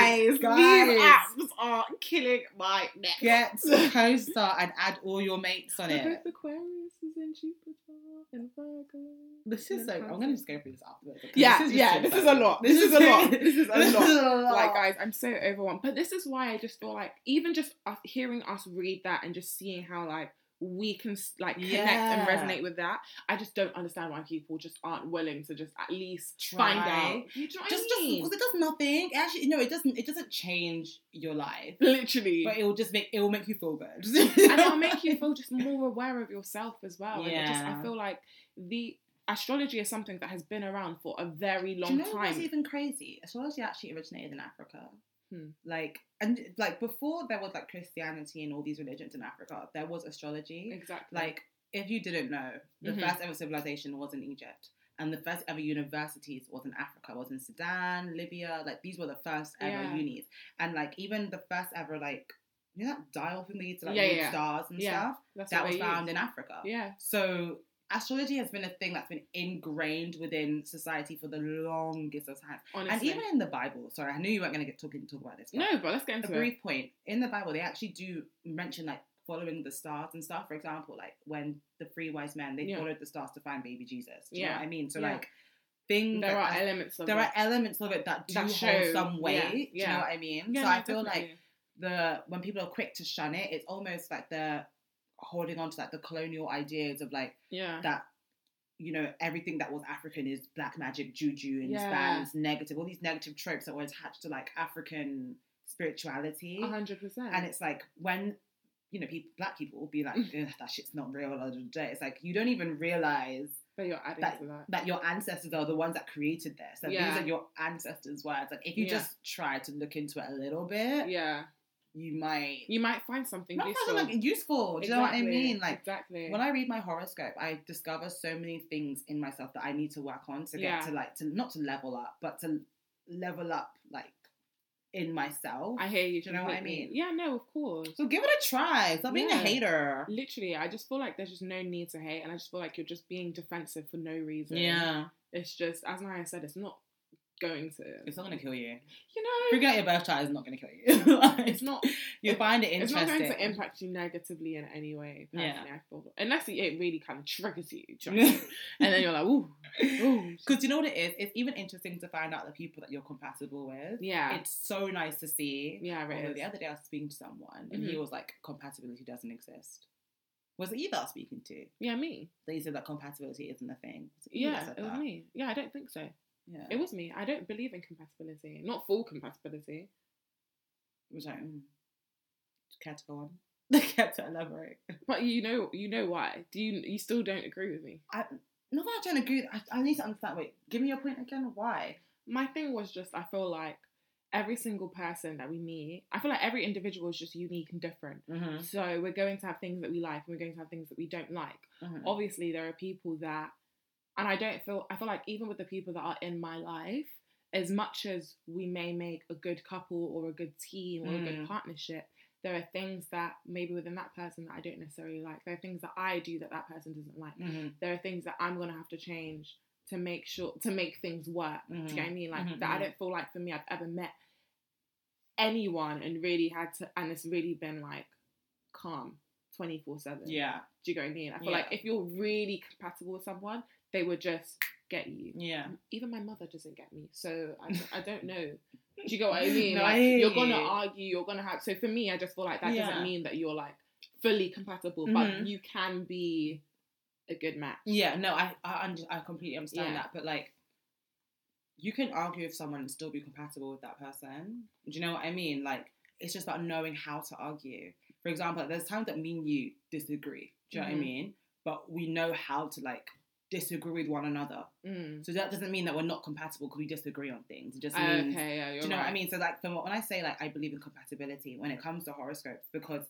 these apps are killing my neck.
get CoStar and add all your mates on
I
it.
hope Aquarius is in Jupiter and Virgo.
This is
and
so.
then
I'm
Cancer.
gonna just go through this afterwards. okay?
Yeah,
just
yeah.
too
This is a
exciting.
lot. This is a lot. This is
this
a lot.
is a lot.
like guys i'm so overwhelmed but this is why i just feel like even just us hearing us read that and just seeing how like we can s- like connect and
Yeah.
resonate with that i just don't understand why people just aren't willing to just at least find
Try.
out you know what
just
I
just
mean?
because it does nothing. It actually, no, it doesn't. It doesn't change your life,
literally
but it will just make it will make you feel good.
and it'll make you feel just more aware of yourself as well and it just i
Yeah.
feel like the astrology is something that has been around for a very
Do
long
you know what's
time
even crazy? Astrology actually originated in Africa.
Hmm.
Like and like before there was like Christianity and all these religions in Africa, there was astrology.
exactly
Like, if you didn't know, the
Mhm.
first ever civilization was in Egypt, and the first ever universities was in Africa, was in Sudan, Libya. Like, these were the first ever
Yeah.
unis, and like even the first ever like you know that dial thing they used to like
Yeah,
read
yeah.
stars and
Yeah,
stuff
that's
that
what
was
they
found
use.
in Africa.
yeah
So. Astrology has been a thing that's been ingrained within society for the longest of time,
honestly
and even in the Bible. Sorry, I knew you weren't going to get talking talk about this. but-
no but let's get
a
into it
brief point in the Bible, they actually do mention like following the stars and stuff. For example, like when the three wise men they
Yeah.
followed the stars to find baby Jesus. Do you
Yeah.
know what I mean? So
Yeah.
like things
there
like
are
that-
elements of
there
it.
are elements of it that do
That show,
hold some weight.
yeah,
Do you
yeah.
know what I mean?
Yeah,
so
no,
I feel like
definitely.
the when people are quick to shun it, it's almost like they're holding on to like the colonial ideas of like
yeah
that you know everything that was African is black magic, juju, and
Yeah.
spans, negative. All these negative tropes that were attached to like African spirituality,
hundred percent.
and it's like when you know people, black people will be like
Mm.
"Ugh, that shit's not real. blah, blah, blah." It's like you don't even realize
but you're adding to that.
that your ancestors are the ones that created this. That
Yeah.
these are your ancestors' words. Like if you
Yeah.
just try to look into it a little bit,
Yeah,
you might.
you might find something
not
useful.
like useful. Do you know what I
Exactly,
mean? Like
exactly.
when I read my horoscope, I discover so many things in myself that I need to work on to get
Yeah.
to like to not to level up, but to level up like in myself.
I hear you.
Do you know what I
completely.
mean?
Yeah, no, of course.
so give it a try. Stop being a
Yeah.
hater.
Literally, I just feel like there's just no need to hate, and I just feel like you're just being defensive for no reason.
Yeah.
it's just as Naya said, it's not going to.
It's not going to kill you.
You know,
Figuring out your birth chart is not going to kill you. Like,
it's not.
You find it
It's
interesting.
not going to impact you negatively in any way.
Yeah.
personally, I feel. Unless it really kind of triggers you, do you know what I mean? and then you're like, ooh, ooh,
Because you know what it is? It's even interesting to find out the people that you're compatible with.
yeah,
It's so nice to see.
yeah,
Although
it
the
is.
other day I was speaking to someone and he was like, compatibility doesn't exist. Was it you that I was speaking to?
Yeah, me.
That you said that compatibility isn't a thing. Was it you that
Yeah,
said
it was
that?
me. Yeah, I don't think so.
Yeah.
It was me. I don't believe in compatibility. Not full compatibility.
It was like, mm. care to go on? care to elaborate?
But you know, you know why? Do you? You still don't agree with me?
I, not that I don't agree. with- I, I need to understand. Wait, give me your point again. Why?
my thing was just I feel like every single person that we meet, I feel like every individual is just unique and different.
Mm-hmm.
So we're going to have things that we like and we're going to have things that we don't like.
mm-hmm.
Obviously, there are people that, and I don't feel, I feel like even with the people that are in my life, as much as we may make a good couple or a good team or a
Mm.
good partnership, there are things that maybe within that person that I don't necessarily like. There are things that I do that that person doesn't like.
Mm-hmm.
There are things that I'm going to have to change to make sure, to make things work. Do you know what I mean? Like
Mhm,
that I
mhm.
don't feel like for me I've ever met anyone and really had to and it's really been like calm twenty four seven.
Yeah.
Do you know what I mean? I feel like
Yeah.
if you're really compatible with someone, they would just get you.
Yeah.
Even my mother doesn't get me, so I, d- I don't know. Do you get what I mean?
No, I
like,
hear
you're gonna
you.
argue, you're gonna have. So for me, I just feel like that
Yeah.
doesn't mean that you're like fully compatible,
Mhm.
but you can be a good match.
Yeah, no, I I, under, I completely understand
Yeah.
that, but like, you can argue with someone and still be compatible with that person. Do you know what I mean? Like, it's just about knowing how to argue. For example, there's times that me and you disagree. Do you know
Mhm.
what I mean? But we know how to like disagree with one another.
Mm. Uh,
So that doesn't mean that we're not compatible because we disagree on things. It just
Oh,
means
Okay, yeah, you're
do you know
right.
what I mean? So like, from what, when I say like I believe in compatibility when it comes to horoscopes, because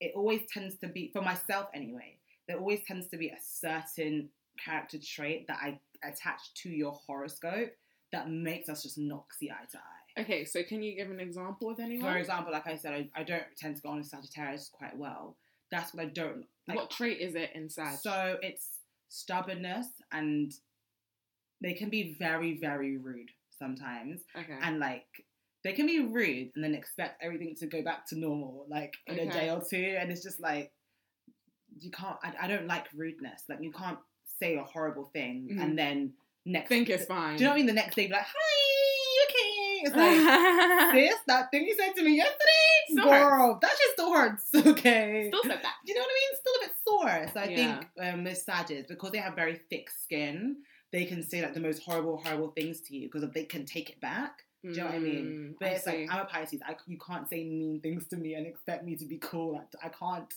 it always tends to be for myself anyway. There always tends to be a certain character trait that I attach to your horoscope that makes us just not see eye to eye.
Okay, so can you give an example of anyone?
For example, like I said, I, I don't tend to go on with Sagittarius quite well. That's what I don't. Like,
what trait is it inside?
So it's stubbornness, and they can be very, very rude sometimes.
okay.
and like they can be rude and then expect everything to go back to normal like in a
Okay.
day or two and it's just like you can't I, I don't like rudeness like you can't say a horrible thing
Mhm.
and then
I
next
think it's fine.
do you know what I mean the next day be like hi you okay it's like this that thing you said to me yesterday
Still
girl that shit still hurts okay
Still said that.
do you know what I mean? Still a bit sore. So I
Yeah.
think um, with Sagittarius, because they have very thick skin, they can say like the most horrible, horrible things to you because they can take it back.
Do
you know what I mean? But it's
Mm, see.
like I'm a Pisces. I, you can't say mean things to me and expect me to be cool. Like, I can't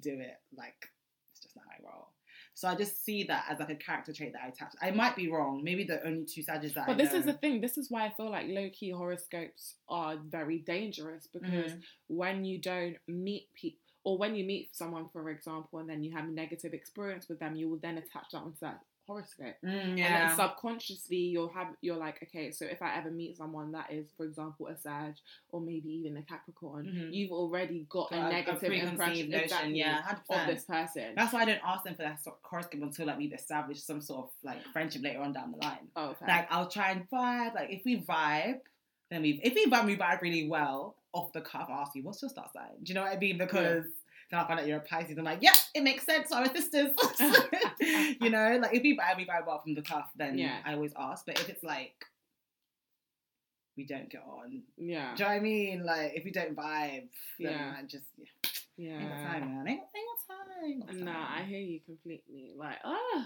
do it. Like it's just not how I roll. So I just see that as like a character trait that I attach. I might be wrong. Maybe the only two Sagittarius that. I
but this
know-
is the thing. This is why I feel like low key horoscopes are very dangerous because
Mhm.
when you don't meet people, or when you meet someone, for example, and then you have a negative experience with them, you will then attach that onto that horoscope.
Mm,
And
yeah.
then subconsciously, you'll have you're like, okay, so if I ever meet someone that is, for example, a Sag or maybe even a Capricorn,
Mhm.
you've already got,
Got
a negative impression exactly,
yeah,
of
100%.
this person.
That's why I don't ask them for that sort of horoscope until like we've established some sort of like friendship later on down the line.
oh, okay.
Like I'll try and vibe. Like if we vibe, then we if we vibe, we vibe really well off the cuff. I'll ask you, what's your star sign? Do you know what I mean? Because then I find out you're a Pisces. I'm like, yep, it makes sense. We're sisters. you know, like if we vibe, we vibe well from the cuff. Then
Yeah.
I always ask. But if it's like we don't get on,
yeah,
do you know what I mean? Like if we don't vibe, then
Yeah.
I just yeah, ain't got
yeah.
time, man. Ain't, ain't got time. Ain't got
No,
time.
I hear you completely. Like, oh,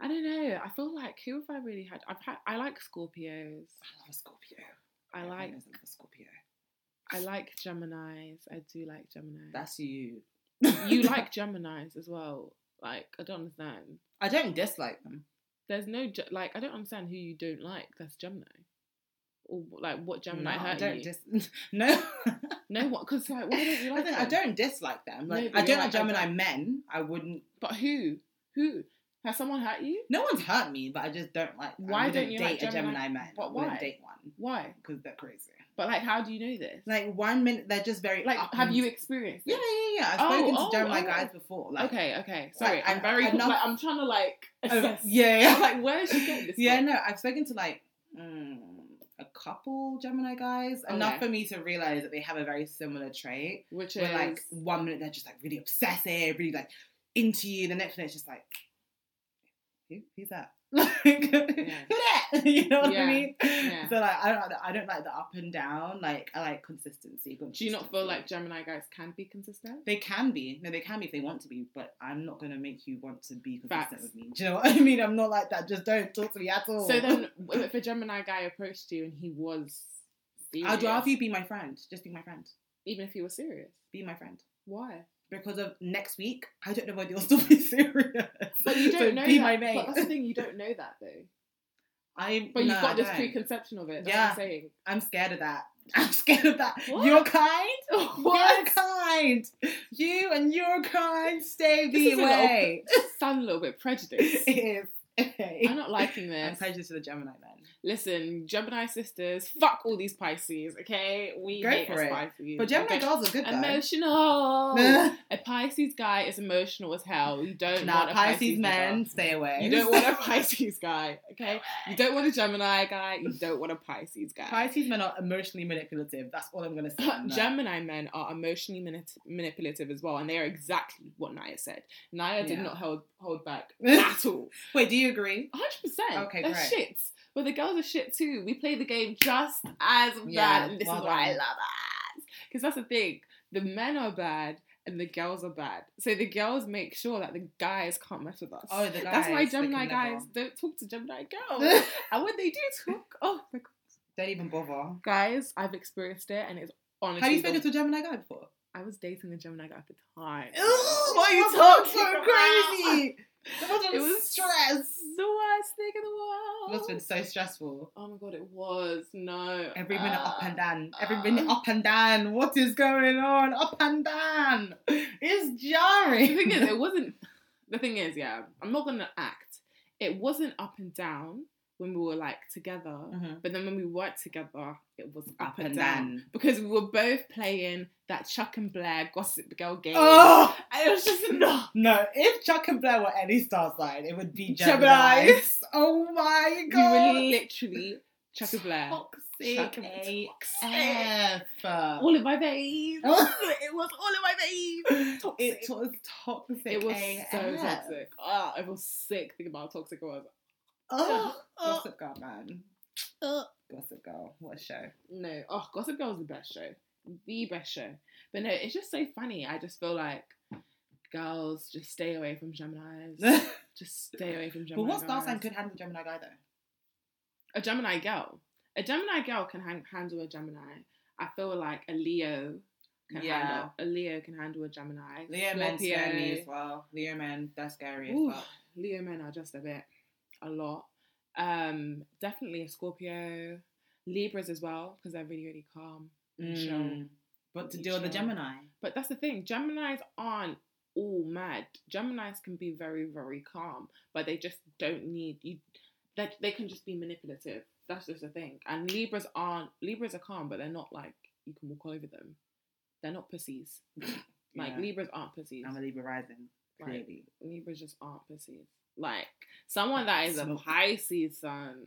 I don't know. I feel like who have I really had? I've had. I like Scorpios.
I love a Scorpio.
I
Everyone
like.
knows I love a Scorpio.
I like Gemini's. I do like Gemini's.
That's you.
you like Gemini's as well. Like, I don't understand.
I don't dislike them.
There's no Ge- like. I don't understand who you don't like. That's Gemini. Or like what Gemini
no, I
hurt
don't
you?
dis- No,
no, what? Because like, why don't you
I,
like?
think, I
them?
don't dislike them.
No,
Like
but you're
I don't
like,
like Gemini
I don't-
men. I wouldn't.
But who? Who has someone hurt you?
No one's hurt me, but I just don't like.
Why
I wouldn't
don't you like
date a
Gemini-
Gemini man?
But
I wouldn't
why?
date one
Why?
because they're crazy.
But like, how do you know this?
Like one minute they're just very.
Like,
up
have
and-
you experienced?
Yeah,
it?
yeah, yeah. I've
Oh,
spoken
oh,
to Gemini
oh.
guys before. Like,
okay, okay. Sorry,
like,
I'm
I-
very.
I love-
like, I'm trying to like
oh,
assess.
yeah,
I
yeah.
was like, where is she getting this?
yeah,
from?
no, I've spoken to like mm, a couple Gemini guys, enough
Okay.
for me to realize that they have a very similar trait.
Which is
Where like one minute they're just like really obsessive, really like into you, the next minute it's just like, who, who's that? Like, who that? You know what
Yeah,
I mean?
yeah.
So like, I don't, I don't like the up and down. Like, I like consistency.
do you not feel
consistency.
like Gemini guys can be consistent?
They can be. No, they can be if they want to be, but I'm not going to make you want to be consistent
Facts.
with me. Do you know what I mean? I'm not like that. Just don't talk to me at all.
So then, if a Gemini guy approached you and he was serious,
I'd rather you be my friend. Just be my friend.
even if he was serious.
Be my friend.
Why?
Because of next week, I don't know whether you'll still be serious.
But you don't
So
know
Be
that.
my
But
mate.
that's the thing, you don't know that though.
I,
But
no,
you've
I
got this
don't.
preconception of it. That's
Yeah.
what I'm saying.
I'm scared of that. I'm scared of that.
What?
Your kind. Your
What?
kind. You and your kind. Stay
This
the
is a little-
way.
Sound a little bit prejudiced.
It is.
I'm not liking
I'm
this.
prejudiced to the Gemini man.
Listen, Gemini sisters, fuck all these Pisces, okay? We
Go
hate
for
us
it.
Pisces.
But Gemini
Okay.
girls are good though.
Emotional.
Nah,
a Pisces guy is emotional as hell. You don't want a
Pisces,
Pisces,
men,
man.
stay away.
You don't want a Pisces guy, okay? You don't want a Gemini guy. You don't want a Pisces guy.
Pisces men are emotionally manipulative. That's all I'm gonna say. on that.
Gemini men are emotionally manip- manipulative as well, and they are exactly what Naya said. Naya did
Yeah.
not hold hold back at all.
Wait, do you agree?
hundred percent.
Okay,
They're
great.
shits. But the girls are shit too. We play the game just as bad,
Yeah,
and this
well
is why I
done.
love us. Because that's the thing. The men are bad and the girls are bad. So the girls make sure that the guys can't mess with us.
Oh, the guys.
that's why
they can
Gemini
never.
guys don't talk to Gemini girls. and when they do talk, oh my God.
don't even bother.
guys, I've experienced it and it's honestly.
Have you spoken
the-
to a Gemini guy before?
I was dating a Gemini guy at the time.
What
are you talking about? It
It
was Oh.
was stress.
The worst thing in the world.
It must have been so stressful.
Oh my god, it was no.
Every minute
uh,
up and down. Every
uh.
minute up and down. What is going on? Up and down. It's
The
jarring.
thing is, it wasn't. The thing is, yeah, I'm not gonna act. It wasn't up and down when we were like together,
Mhm.
but then when we weren't together, it was up, and, down. because we were both playing that Chuck and Blair Gossip Girl game.
Oh
And it was just not.
no! If Chuck and Blair were any star sign, it would be
Gemini.
Gemini. Oh my
We
god!
were literally Chuck and Blair. Chuck
Toxic
and- toxic.
AF.
All in my veins.
Oh.
it was all in my veins. Toxic.
It was toxic.
It was so
AF.
toxic. Ah, I was sick thinking about how toxic it was.
Oh,
Oh.
Gossip Girl, man. Gossip Girl, what a show.
No, oh, Gossip Girl is the best show, the best show. But no, it's just so funny. I just feel like girls just stay away from Gemini's.
but
just stay away from Gemini.
what star sign
guys.
could handle Gemini guy though?
a Gemini girl? A Gemini girl can hang, handle a Gemini. I feel like a Leo can
Yeah.
handle a Leo can handle a Gemini.
Leo men
Scorpio.
scare me as well. Leo men, they're scary as
Ooh,
fuck.
Leo men are just a bit, a lot. Um, definitely a Scorpio, Libras as well because they're really really calm.
Mm. But to
You
deal with the
chill.
Gemini.
But that's the thing, Geminis aren't all mad. Geminis can be very, very calm, but they just don't need you. That they can just be manipulative. That's just the thing. And Libras aren't. Libras are calm, but they're not like you can walk over them. They're not pussies. Like
Yeah.
Libras aren't pussies.
I'm a Libra rising,
Right.
clearly.
Libras just aren't pussies. Like someone that is a
Smoke.
Pisces son.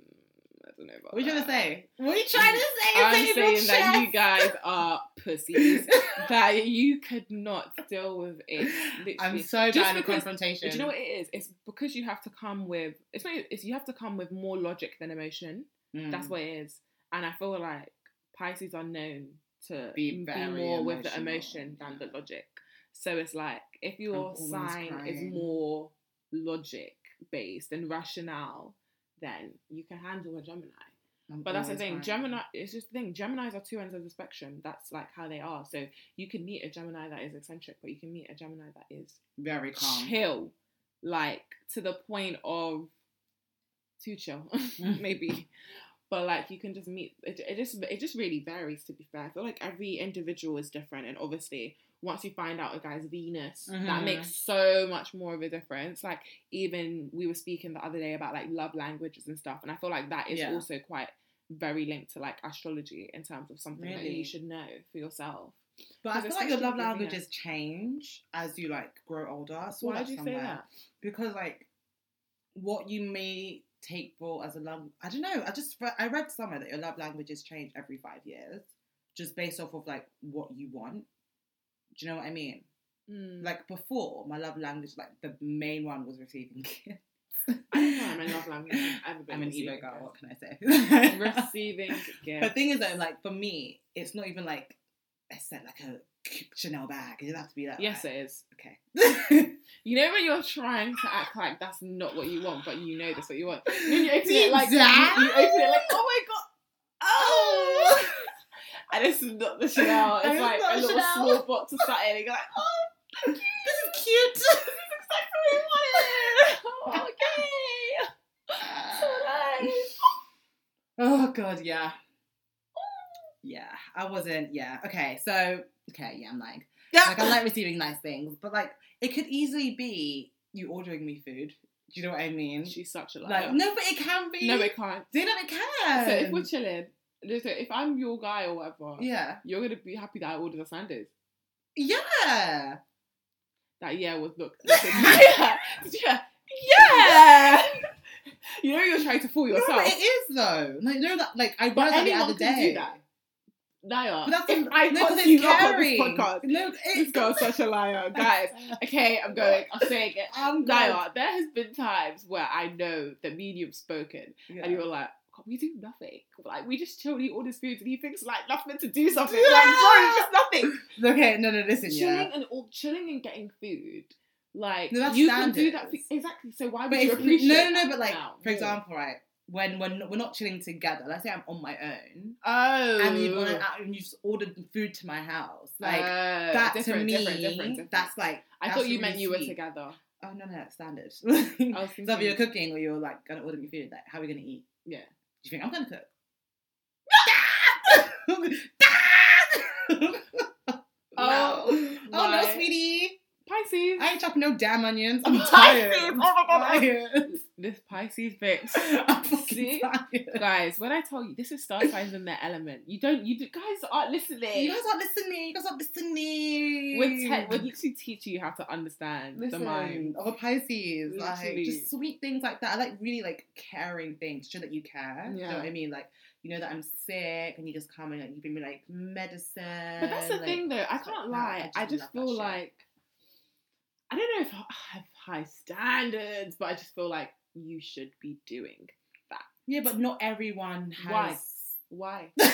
I don't know about
What are you
that.
trying to say? What are you trying to say?
I'm
It's in your
saying that you
chest.
guys are pussies. that you could not deal with it. Literally.
I'm so
Just
bad at
because-
confrontation.
But do you know what it is? It's because you have to come with. It's not. It's you have to come with more logic than emotion.
Mm.
That's what it is. And I feel like Pisces are known to
Be
be,
very
more with the
emotional.
emotion than the logic. So it's like if your
always
sign is
crying.
more logic based and rationale, then you can handle a Gemini.
I'm
But that's the
always
thing.
right.
Gemini. It's just the thing. Gemini's are two ends of the spectrum. That's like how they are. So you can meet a Gemini that is eccentric, but you can meet a Gemini that is
Very calm.
chill, like to the point of too chill,
Mm.
maybe. But like you can just meet it, it. just it just really varies. To be fair, I feel like every individual is different, and obviously once you find out a guy's Venus, that
Mhm.
makes so much more of a difference. Like even we were speaking the other day about like love languages and stuff, and I feel like that is
Yeah.
also quite very linked to like astrology in terms of something that
Really?
you should know for yourself.
But I
'Cause
feel like your
especially
love
with your
languages
Venus.
change as you like grow older. I saw
Why
that
do you
somewhere.
say that?
Because like what you may take ball as a love. I don't know. I just re- I read somewhere that your love languages change every five years, just based off of like what you want. Do you know what I mean?
Mm.
Like before, my love language, like the main one was receiving gifts.
I don't know my love language. has ever been
I'm an ego
receiving
girl. What
gifts.
can I say?
Receiving
But the
gifts.
thing is, though, like for me, it's not even like I said like a Chanel bag. It doesn't have to be that.
Yes,
way.
it is.
Okay.
You know when you're trying to act like that's not what you want, but you know that's what you want. And then you open it like you, you open it like oh my god, oh. and this is not the Chanel.
And
It's
it's
like
not
a little
Chanel.
small box of something. And you're like, oh,
this is cute.
I want it. "Oh, okay, so nice.
oh god, yeah, yeah. I wasn't. Yeah. Okay. So okay. Yeah, I'm lying. Like I like receiving nice things, but like it could easily be you ordering me food. Do you know what I mean?
She's such a liar.
Like no, but it can be.
no, it can't.
They don't. It can.
So if we're chilling, listen, if I'm your guy or whatever,
yeah.
you're gonna be happy that I ordered a sandwich.
Yeah.
That yeah was look. yeah, yeah, yeah. you know you're trying to fool
No,
yourself.
but it is though. Like, no, that, like I
But
read that the
anyone
other
can
day.
do that. liar.
But that's
if I
no,
no,
'cause
cut
it's
you up on this
caring.
podcast,
No,
this
it's
girl's such a liar, guys. Okay, I'm going. I'm saying it.
I'm
Liar. There has been times where I know that medium's spoken, and
Yeah.
you're like, "God, we do nothing. Like we just chill, eat all this food, and he thinks like nothing to do something. Like bro, it's nothing.
Okay, no, no, listen, yeah.
chilling and all chilling and getting food. Like
No, that's
you can do that for,
standards.
exactly. So why would
But
you
if,
appreciate?
no, no, no,
that
but like,
now
for
more?
example, right, when we're not, we're not chilling together, let's say I'm on my own
oh,
and you've gone out and you've ordered food to my house,
Uh,
like that to me, that's like
I
that's
thought you
really
meant you were
sweet.
together.
Oh no, no, that's standard.
I was
so if
thinking,
you're cooking or you're like gonna order me food, like how are we gonna eat?
mm. Yeah.
Do you think I'm gonna cook?
Oh,
no. oh no,
my-
sweetie.
Pisces.
I ain't chopping no damn onions. I'm
Pisces,
tired.
oh my God, I-
Tired.
this Pisces bitch.
I'm fucking
See?
tired.
Guys, when I tell you this is star signs in their element, you don't, you do, guys aren't listening.
You guys aren't listening. You guys aren't listening.
We're, te- we're literally teaching you how to understand
Listen,
the mind.
of a Pisces, like
Literally.
just sweet things like that. I like really like caring things, show that you care. Do You know
Yeah.
what I mean? Like you know that I'm sick, and you just come and like, you bring me like medicine.
But that's the
like-
thing, though. I
it's like,
can't
nah,
lie. I
I
just,
just love that
feel
shit.
like I don't know if I have high standards, but I just feel like you should be doing.
Yeah, but not everyone has.
Why? Why?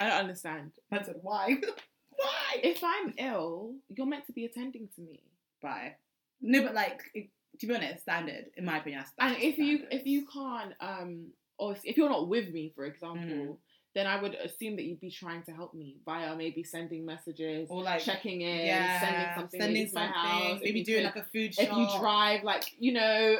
I don't understand.
I said why? why?
If I'm ill, you're meant to be attending to me.
Why? No, but like it- to be honest, standard in my opinion. that's-
And
that's
if you
standard.
if you can't, um, or if, if you're not with me, for example,
Mhm.
then I would assume that you'd be trying to help me via maybe sending messages,
or like
checking in,
yeah,
sending something, maybe to my house, if
maybe
you
doing
could-
like a food
if you
shop.
drive, like, you know,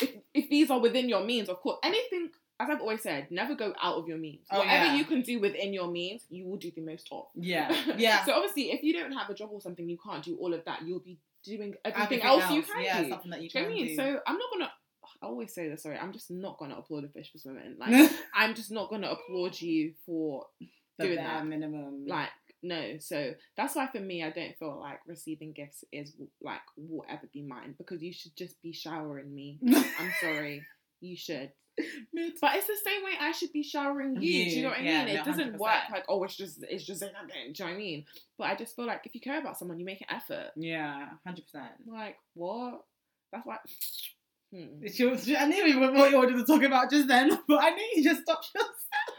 if, if these are within your means, of course, anything, as I've always said, never go out of your means.
Oh,
Whatever
yeah.
you can do within your means, you will do the most of.
Yeah, yeah.
so obviously, if you don't have a job or something, you can't do all of that. You'll be doing everything,
Everything
else, you can
yeah,
do.
something that you
Do you know
can
what I mean?
do.
So I'm not gonna. I always say this. Sorry, I'm just not gonna applaud a fish for swimming. Like, I'm just not gonna applaud you for
the
doing
bare
that.
minimum.
like no so that's why for me i don't feel like receiving gifts is like will ever be mine because you should just be showering me i'm sorry you should but it's the same way i should be showering you do you know what
You, yeah,
i mean it
no,
doesn't
100%.
work like oh it's just it's just Zainab then, do you know what i mean but i just feel like if you care about someone you make an effort
yeah, hundred percent.
like what that's why hmm.
I knew we were what you wanted to talk about just then, but I knew you just stopped yourself.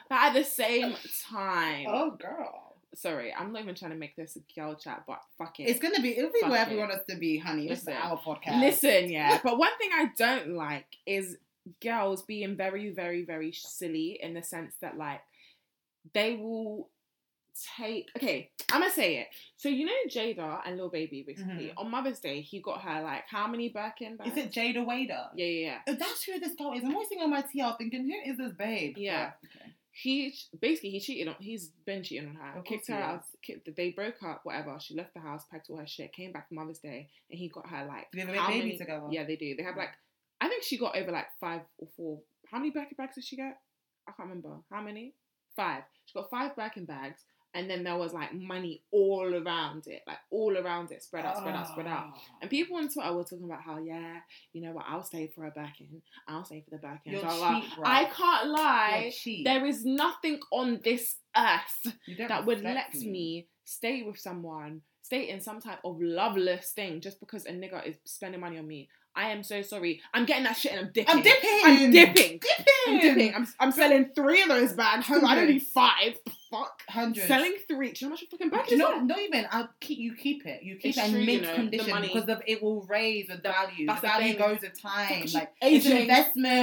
but at the same time
Oh, girl.
sorry i'm not even trying to make this a girl chat but fuck it
It's gonna be it'll be
Fuck
wherever
it.
you want us to be, honey. This is
Listen.
our podcast.
Listen, yeah. But one thing I don't like is girls being very, very, very silly in the sense that, like, they will take. Okay, I'm gonna say it. So, you know, Jada and Lil Baby recently, on Mother's Day, he got her, like, how many Birkin bags?
Mm-hmm. Is it Jada Wader?
yeah, yeah, yeah.
Oh, That's who this girl is. I'm always seeing on my TL thinking, who is this babe?
Yeah. He basically he cheated on. He's been cheating on her.
Of course
kicked
he
her out.
has.
Kicked, they broke up. Whatever. She left the house, packed all her shit, came back for Mother's Day, and he got her like
Do they have a
how
baby
many-
together?
Yeah, they do. They have like, I think she got over like five or four. How many Birkin bags did she get? I can't remember. How many? Five. She got five Birkin bags, and then there was like money all around it, like all around it, spread out, spread out, spread
Ah.
out.
oh.
And people on Twitter were talking about how, yeah, you know what, I'll stay for a Birkin. I'll stay for the Birkin.
You're
blah, blah.
cheap,
I
right?
can't
You're
lie.
cheap.
There is nothing on this earth
You don't
that would
respect
let me. stay with someone, stay in some type of loveless thing just because a nigga is spending money on me. I am so sorry. I'm getting that shit and I'm dipping.
I'm dipping.
I'm dipping. I'm
Dipping.
dipping. I'm, I'm selling three of those bags. home. I don't need five. Fuck.
Hundreds.
Selling three. Do you know how much a fucking bag
Do
is?
you know,
that?
not even. I'll keep you. Keep it. You
It's
keep it
true,
in
you
mint
know, the
condition
money.
because of, it will raise the value.
That's
the
the
value
thing.
goes with time.
Fucking
Like it's an
aging.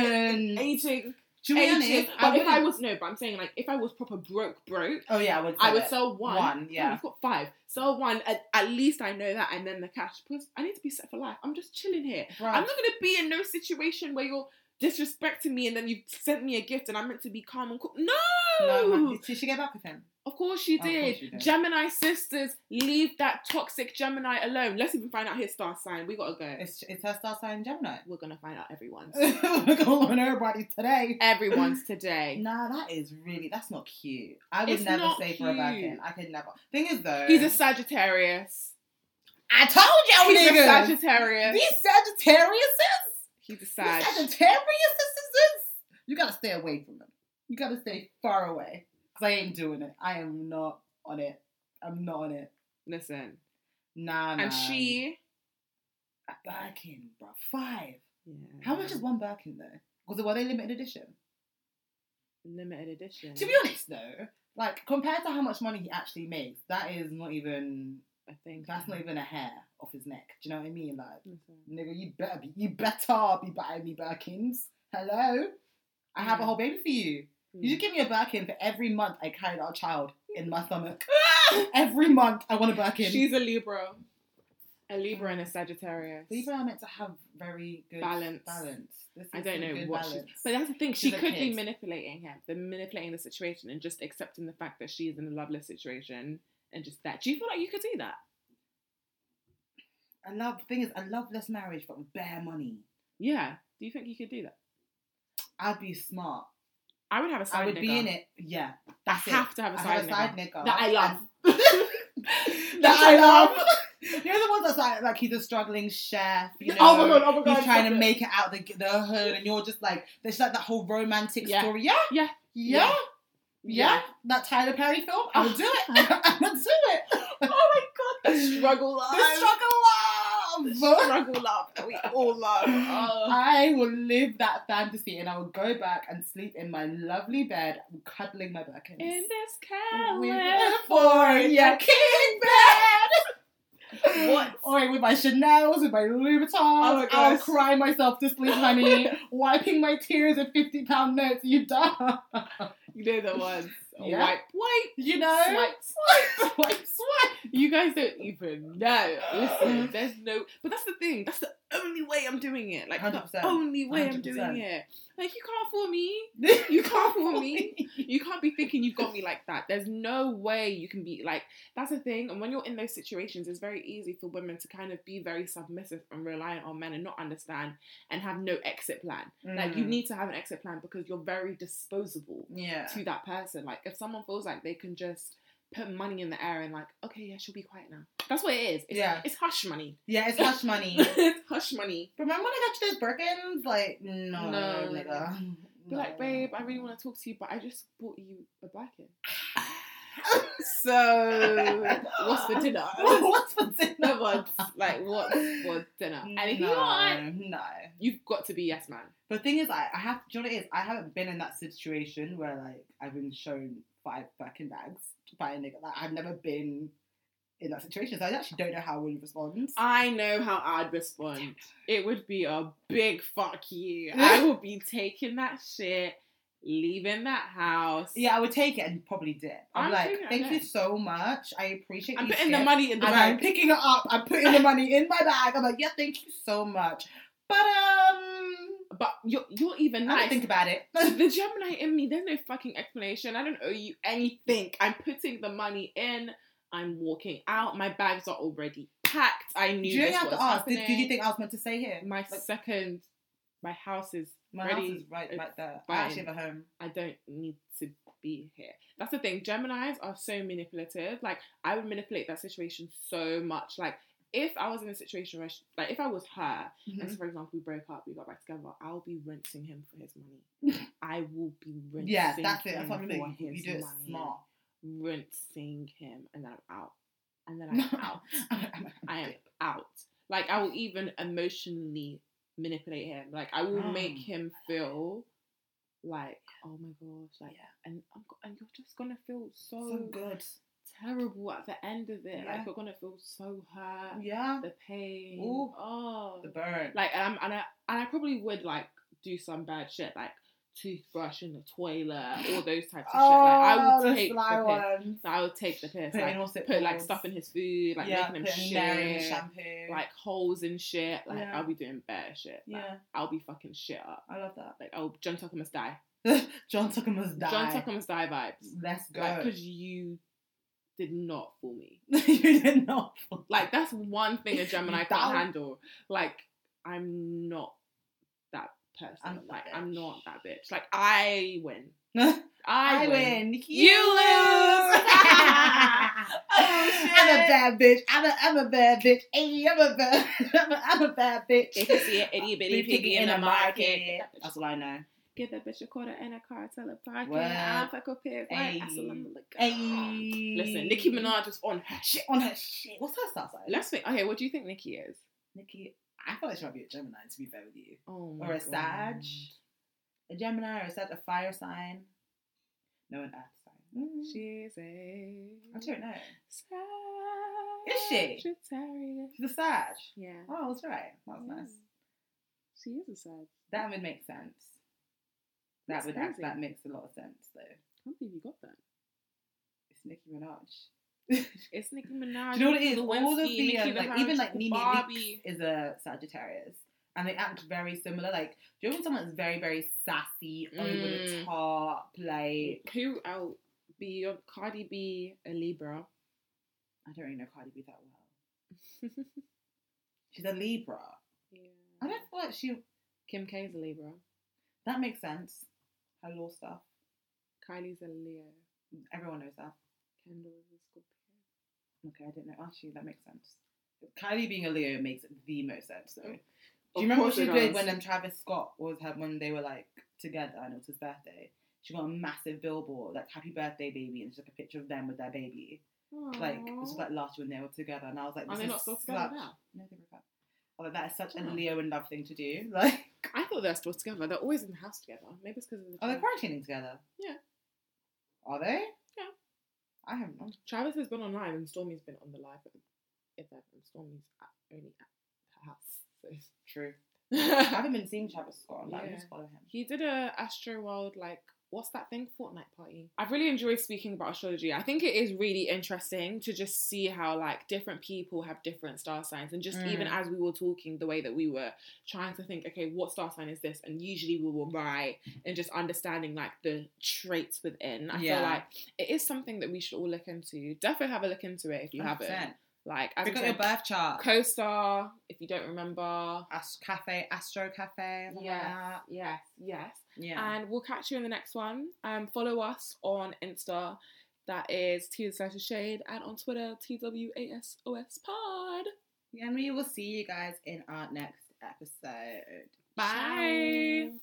investment.
Aging.
To be
Aging.
honest,
But if I
wouldn't-
was no, but I'm saying like if I was proper broke, broke,
oh yeah, I would.
I would
it.
sell one.
One,
Oh,
yeah.
you've got five. Sell one. At, at least I know that, and then the cash. Because I need to be set for life. I'm just chilling here.
Bruh.
I'm not gonna be in no situation where you're disrespecting me, and then you sent me a gift, and I'm meant to be calm and cool. No.
No, man. Did she get back with him?
Of course you
Of course
did.
you did.
Gemini sisters, leave that toxic Gemini alone. Let's even find out his star sign. We gotta go.
It's it's her star sign Gemini.
We're gonna find out everyone's.
We're going on everybody today.
everyone's today.
Nah, that is really that's not cute. I would
It's
never
not
say for a Birkin.
cute.
I could never. Thing is though,
He's a Sagittarius.
I told
He's
y'all
a
niggas.
Sagittarius.
Oh, These Sagittariuses.
He's a
These
Sag.
Sagittariuses. You gotta stay away from them. You gotta stay far away. Cause I ain't doing it. I am not on it. I'm not on it.
Listen,
Nah, nah.
and she.
A Birkin, bro. Five.
Yeah.
How much is one Birkin though? Because were they limited edition?
limited edition?
To be honest though, like compared to how much money he actually makes, that is not even
I think
that's not even a hair off his neck. Do you know what I mean? Like,
Listen.
nigga, you better be you better be buying me Birkins. Hello? I have a
Mm.
whole baby for you. You
Mm.
should give me a Birkin for every month I carried our child in my stomach. every month I want a Birkin.
She's a Libra. A Libra and a Sagittarius.
Libra are meant to have very good
Balance.
Balance. This
I
is
don't
some
know
good
what she's.
balance.
But that's the thing.
She's
she
a
could be
kid.
manipulating him, the manipulating the situation, and just accepting the fact that she is in a loveless situation, and just that. Do you feel like you could do that?
I love thing is I love less marriage but with bare money.
Yeah. Do you think you could do that?
I'd be smart.
I would have a side.
I would be
nigga.
in it. Yeah.
I
That's it.
have to have a
I
side,
have a side nigga.
nigga that I love.
and-
that I love.
You're the ones that's like, like he's a struggling chef. You know,
oh my god! Oh my god!
He's trying to
stop it.
make it out the the hood, and you're just like, there's like that whole romantic
Yeah.
story. Yeah,
Yeah.
yeah, yeah.
Yeah.
That Tyler Perry film. I'll do it. I'll do it.
Oh my god! The struggle love.
The struggle of
The
love.
struggle love that we all love. Oh.
I will live that fantasy, and I will go back and sleep in my lovely bed, cuddling my Birkins.
In this
with
California.
California king bed.
What? Oh
Or with my Chanel's, with my Louis Vuittons.
my
I'll
gosh.
cry myself to sleep, honey. wiping my tears with fifty pound notes. You done?
You know the ones.
Yeah.
Wipe, wipe.
You know?
Swipe,
Swipe, swipe, swipe.
You guys don't even know. Listen, there's no. But that's the thing. That's the only way I'm doing it. Like the
100%.
only way I'm doing
100%.
it. Like you can't fool me. You can't fool me. You can't be thinking you've got me like that. There's no way you can be like. That's the thing. And when you're in those situations, it's very easy for women to kind of be very submissive and reliant on men and not understand and have no exit plan. Like you
Mm.
need to have an exit plan because you're very disposable
Yeah.
to that person. Like if someone feels like they can just put money in the air and like, okay, yeah, she'll be quiet now. That's what it is. It's,
Yeah.
it's hush money.
Yeah, it's hush money.
it's hush money.
Remember when I got you those Birkins? Like, no,
No.
nigga.
Be
No.
like, babe, I really want to talk to you, but I just bought you a blanket. so what's for dinner?
What's for dinner?
No one's like what's for dinner? And if you
No,
want,
no.
you've got to be yes man.
But the thing is, I, I have. Do you know what it is? I haven't been in that situation where like I've been shown five fucking bags by a nigga. Like I've never been in that situation, so I actually don't know how I would respond.
I know how I'd respond. It would be a big fuck you. I would be taking that shit, leaving that house.
yeah, I would take it and probably dip. I'm,
I'm
like,
taking it,
thank
okay.
you so much. I appreciate.
I'm
you
putting the
skipped."
money in the
And I'm
bank.
picking it up. I'm putting the money in my bag. I'm like, yeah, thank you so much. But um,
But you're you're even
I don't
nice.
think about it.
the Gemini in me, there's no fucking explanation. I don't owe you anything. I'm putting the money in. I'm walking out. My bags are already packed. I
Do
knew.
you don't
this
have
was
to ask? Did, did you
happening.
think I was meant to stay here?
my second? My house is
My
ready,
house is right,
it's
right there. I
fine.
actually have a home.
I don't need to be here. That's the thing. Gemini's are so manipulative. Like I would manipulate that situation so much. Like if I was in a situation where, she, like if I was her, and
Mm-hmm.
so for example we broke up, we got back together, I'll be rinsing him for his money. I will be rinsing.
Yeah, that's it.
Him
That's what I'm
for
saying.
his
You do it
money.
smart.
Rinsing him, and then I'm out. And then I'm out. I am out. Like I will even emotionally manipulate him. Like I will make
Mm.
him feel like, oh my gosh, like, and I'm, go- and you're just gonna feel so,
so good.
terrible at the end of it.
Yeah.
Like you're gonna feel so hurt,
Yeah.
the pain.
Ooh.
Oh,
The burn.
like and, i and I and I probably would like do some bad shit like toothbrush in the toilet, all those types of
Oh,
shit. Like I would take the piss.
one.
I would take the piss.
Put
like,
in all six
put like
balls.
stuff in his food, like
yeah,
making him
put in there in the
shit,
shampoo.
like holes and shit. Like
Yeah.
I'll be doing bad shit. Like,
Yeah.
I'll be fucking shit up.
I love that.
Like oh, John Tucker must die.
John Tucker must die.
John Tucker must die vibes.
Let's go.
Like because you did not fool me.
you did not.
Like that's one thing a Gemini
You
can't
don't-
handle. Like I'm not that person.
I'm not
like
that
I'm
bitch.
not that bitch. Like I win. I,
I
win.
win.
You lose.
Oh,
shit.
I'm a bad bitch. I'm a, I'm a bad bitch. Hey, I'm a bad. I'm a, I'm a bad bitch.
If you see an itty bitty piggy in the market, get that
That's
bitch-
all I know.
get that bitch a quarter and a car, tell her park it.
Word.
I'll fuck a pair.
Ayy.
Listen,
Hey.
Nicki Minaj was on her shit.
on her shit. What's her star sign?
Let's think. Okay, what do you think Nicki is?
Nicki. I feel like she might be a Gemini. To be fair with you,
Oh
Or a Sag.
God.
a Gemini or is that a fire sign? No, an earth sign. She,
She's a.
I don't know.
Sag.
Is she?
Sagittarius.
She's a Sag.
Yeah.
Oh, that's right. That's
Yeah.
nice.
She is a Sag.
That would make sense.
That's
That would act,
crazy.
that makes a lot of sense though.
I can't believe you got that.
It's Nicki Minaj.
It's Nicki Minaj.
Do you know what it is?
Nicki
All of
Lewinsky,
the
Nicki
um, like,
Minaj,
even like Nene Leakes
Barbie.
is a Sagittarius, and they act very similar. Like, do you know when someone's very very sassy, over the
Mm.
top, like
Who else? Beyonce, Cardi B, a Libra.
I don't really know Cardi B that well. She's a Libra. I don't feel like she.
Kim K is a Libra.
That makes sense. Her law stuff.
Kylie's a Leo.
Everyone knows that.
Kendall is a Scorpio.
Okay, I didn't know. Actually, that makes sense. Kylie being a Leo makes the most sense though. Do
Of
you remember what
course
she
it
did
does.
when um, Travis Scott was her, when they were like together and it was his birthday? She got a massive billboard like "Happy Birthday, Baby" and it's like a picture of them with their baby. Like it was
Aw.
like last year when they were together, and I was like,
Are
this
they
is
not still
such-
together now?
No, they broke up. I was like, that is such
Oh.
a Leo and love thing to do. Like,
I thought they're still together. They're always in the house together. Maybe it's because of the.
are they
Travis.
quarantining together?
Yeah.
Are they?
Yeah.
I haven't. known.
Travis has been on live and Stormy's been on the live event, and Stormy's at, only at her house.
True. I
So.
haven't been seeing Travis Scott. Like,
Yeah.
I just follow him.
He did a Astro World like what's that thing? Fortnite party. I've really enjoyed speaking about astrology. I think it is really interesting to just see how like different people have different star signs and just
Mm.
even as we were talking the way that we were trying to think, okay, what star sign is this? And usually we were right and just understanding like the traits within. I
Yeah.
feel like it is something that we should all look into. Definitely have a look into it if you haven't.
100%.
Like as
Pick up your birth chart.
co star, if you don't remember.
Ast- cafe, Astro Cafe. something Like
Yes,
that.
yes, yes.
Yeah.
And we'll catch you in the next one. Um, follow us on Insta, that is T the Slash of Shade, and on Twitter, TWASOS Pod.
And we will see you guys in our next episode.
Bye.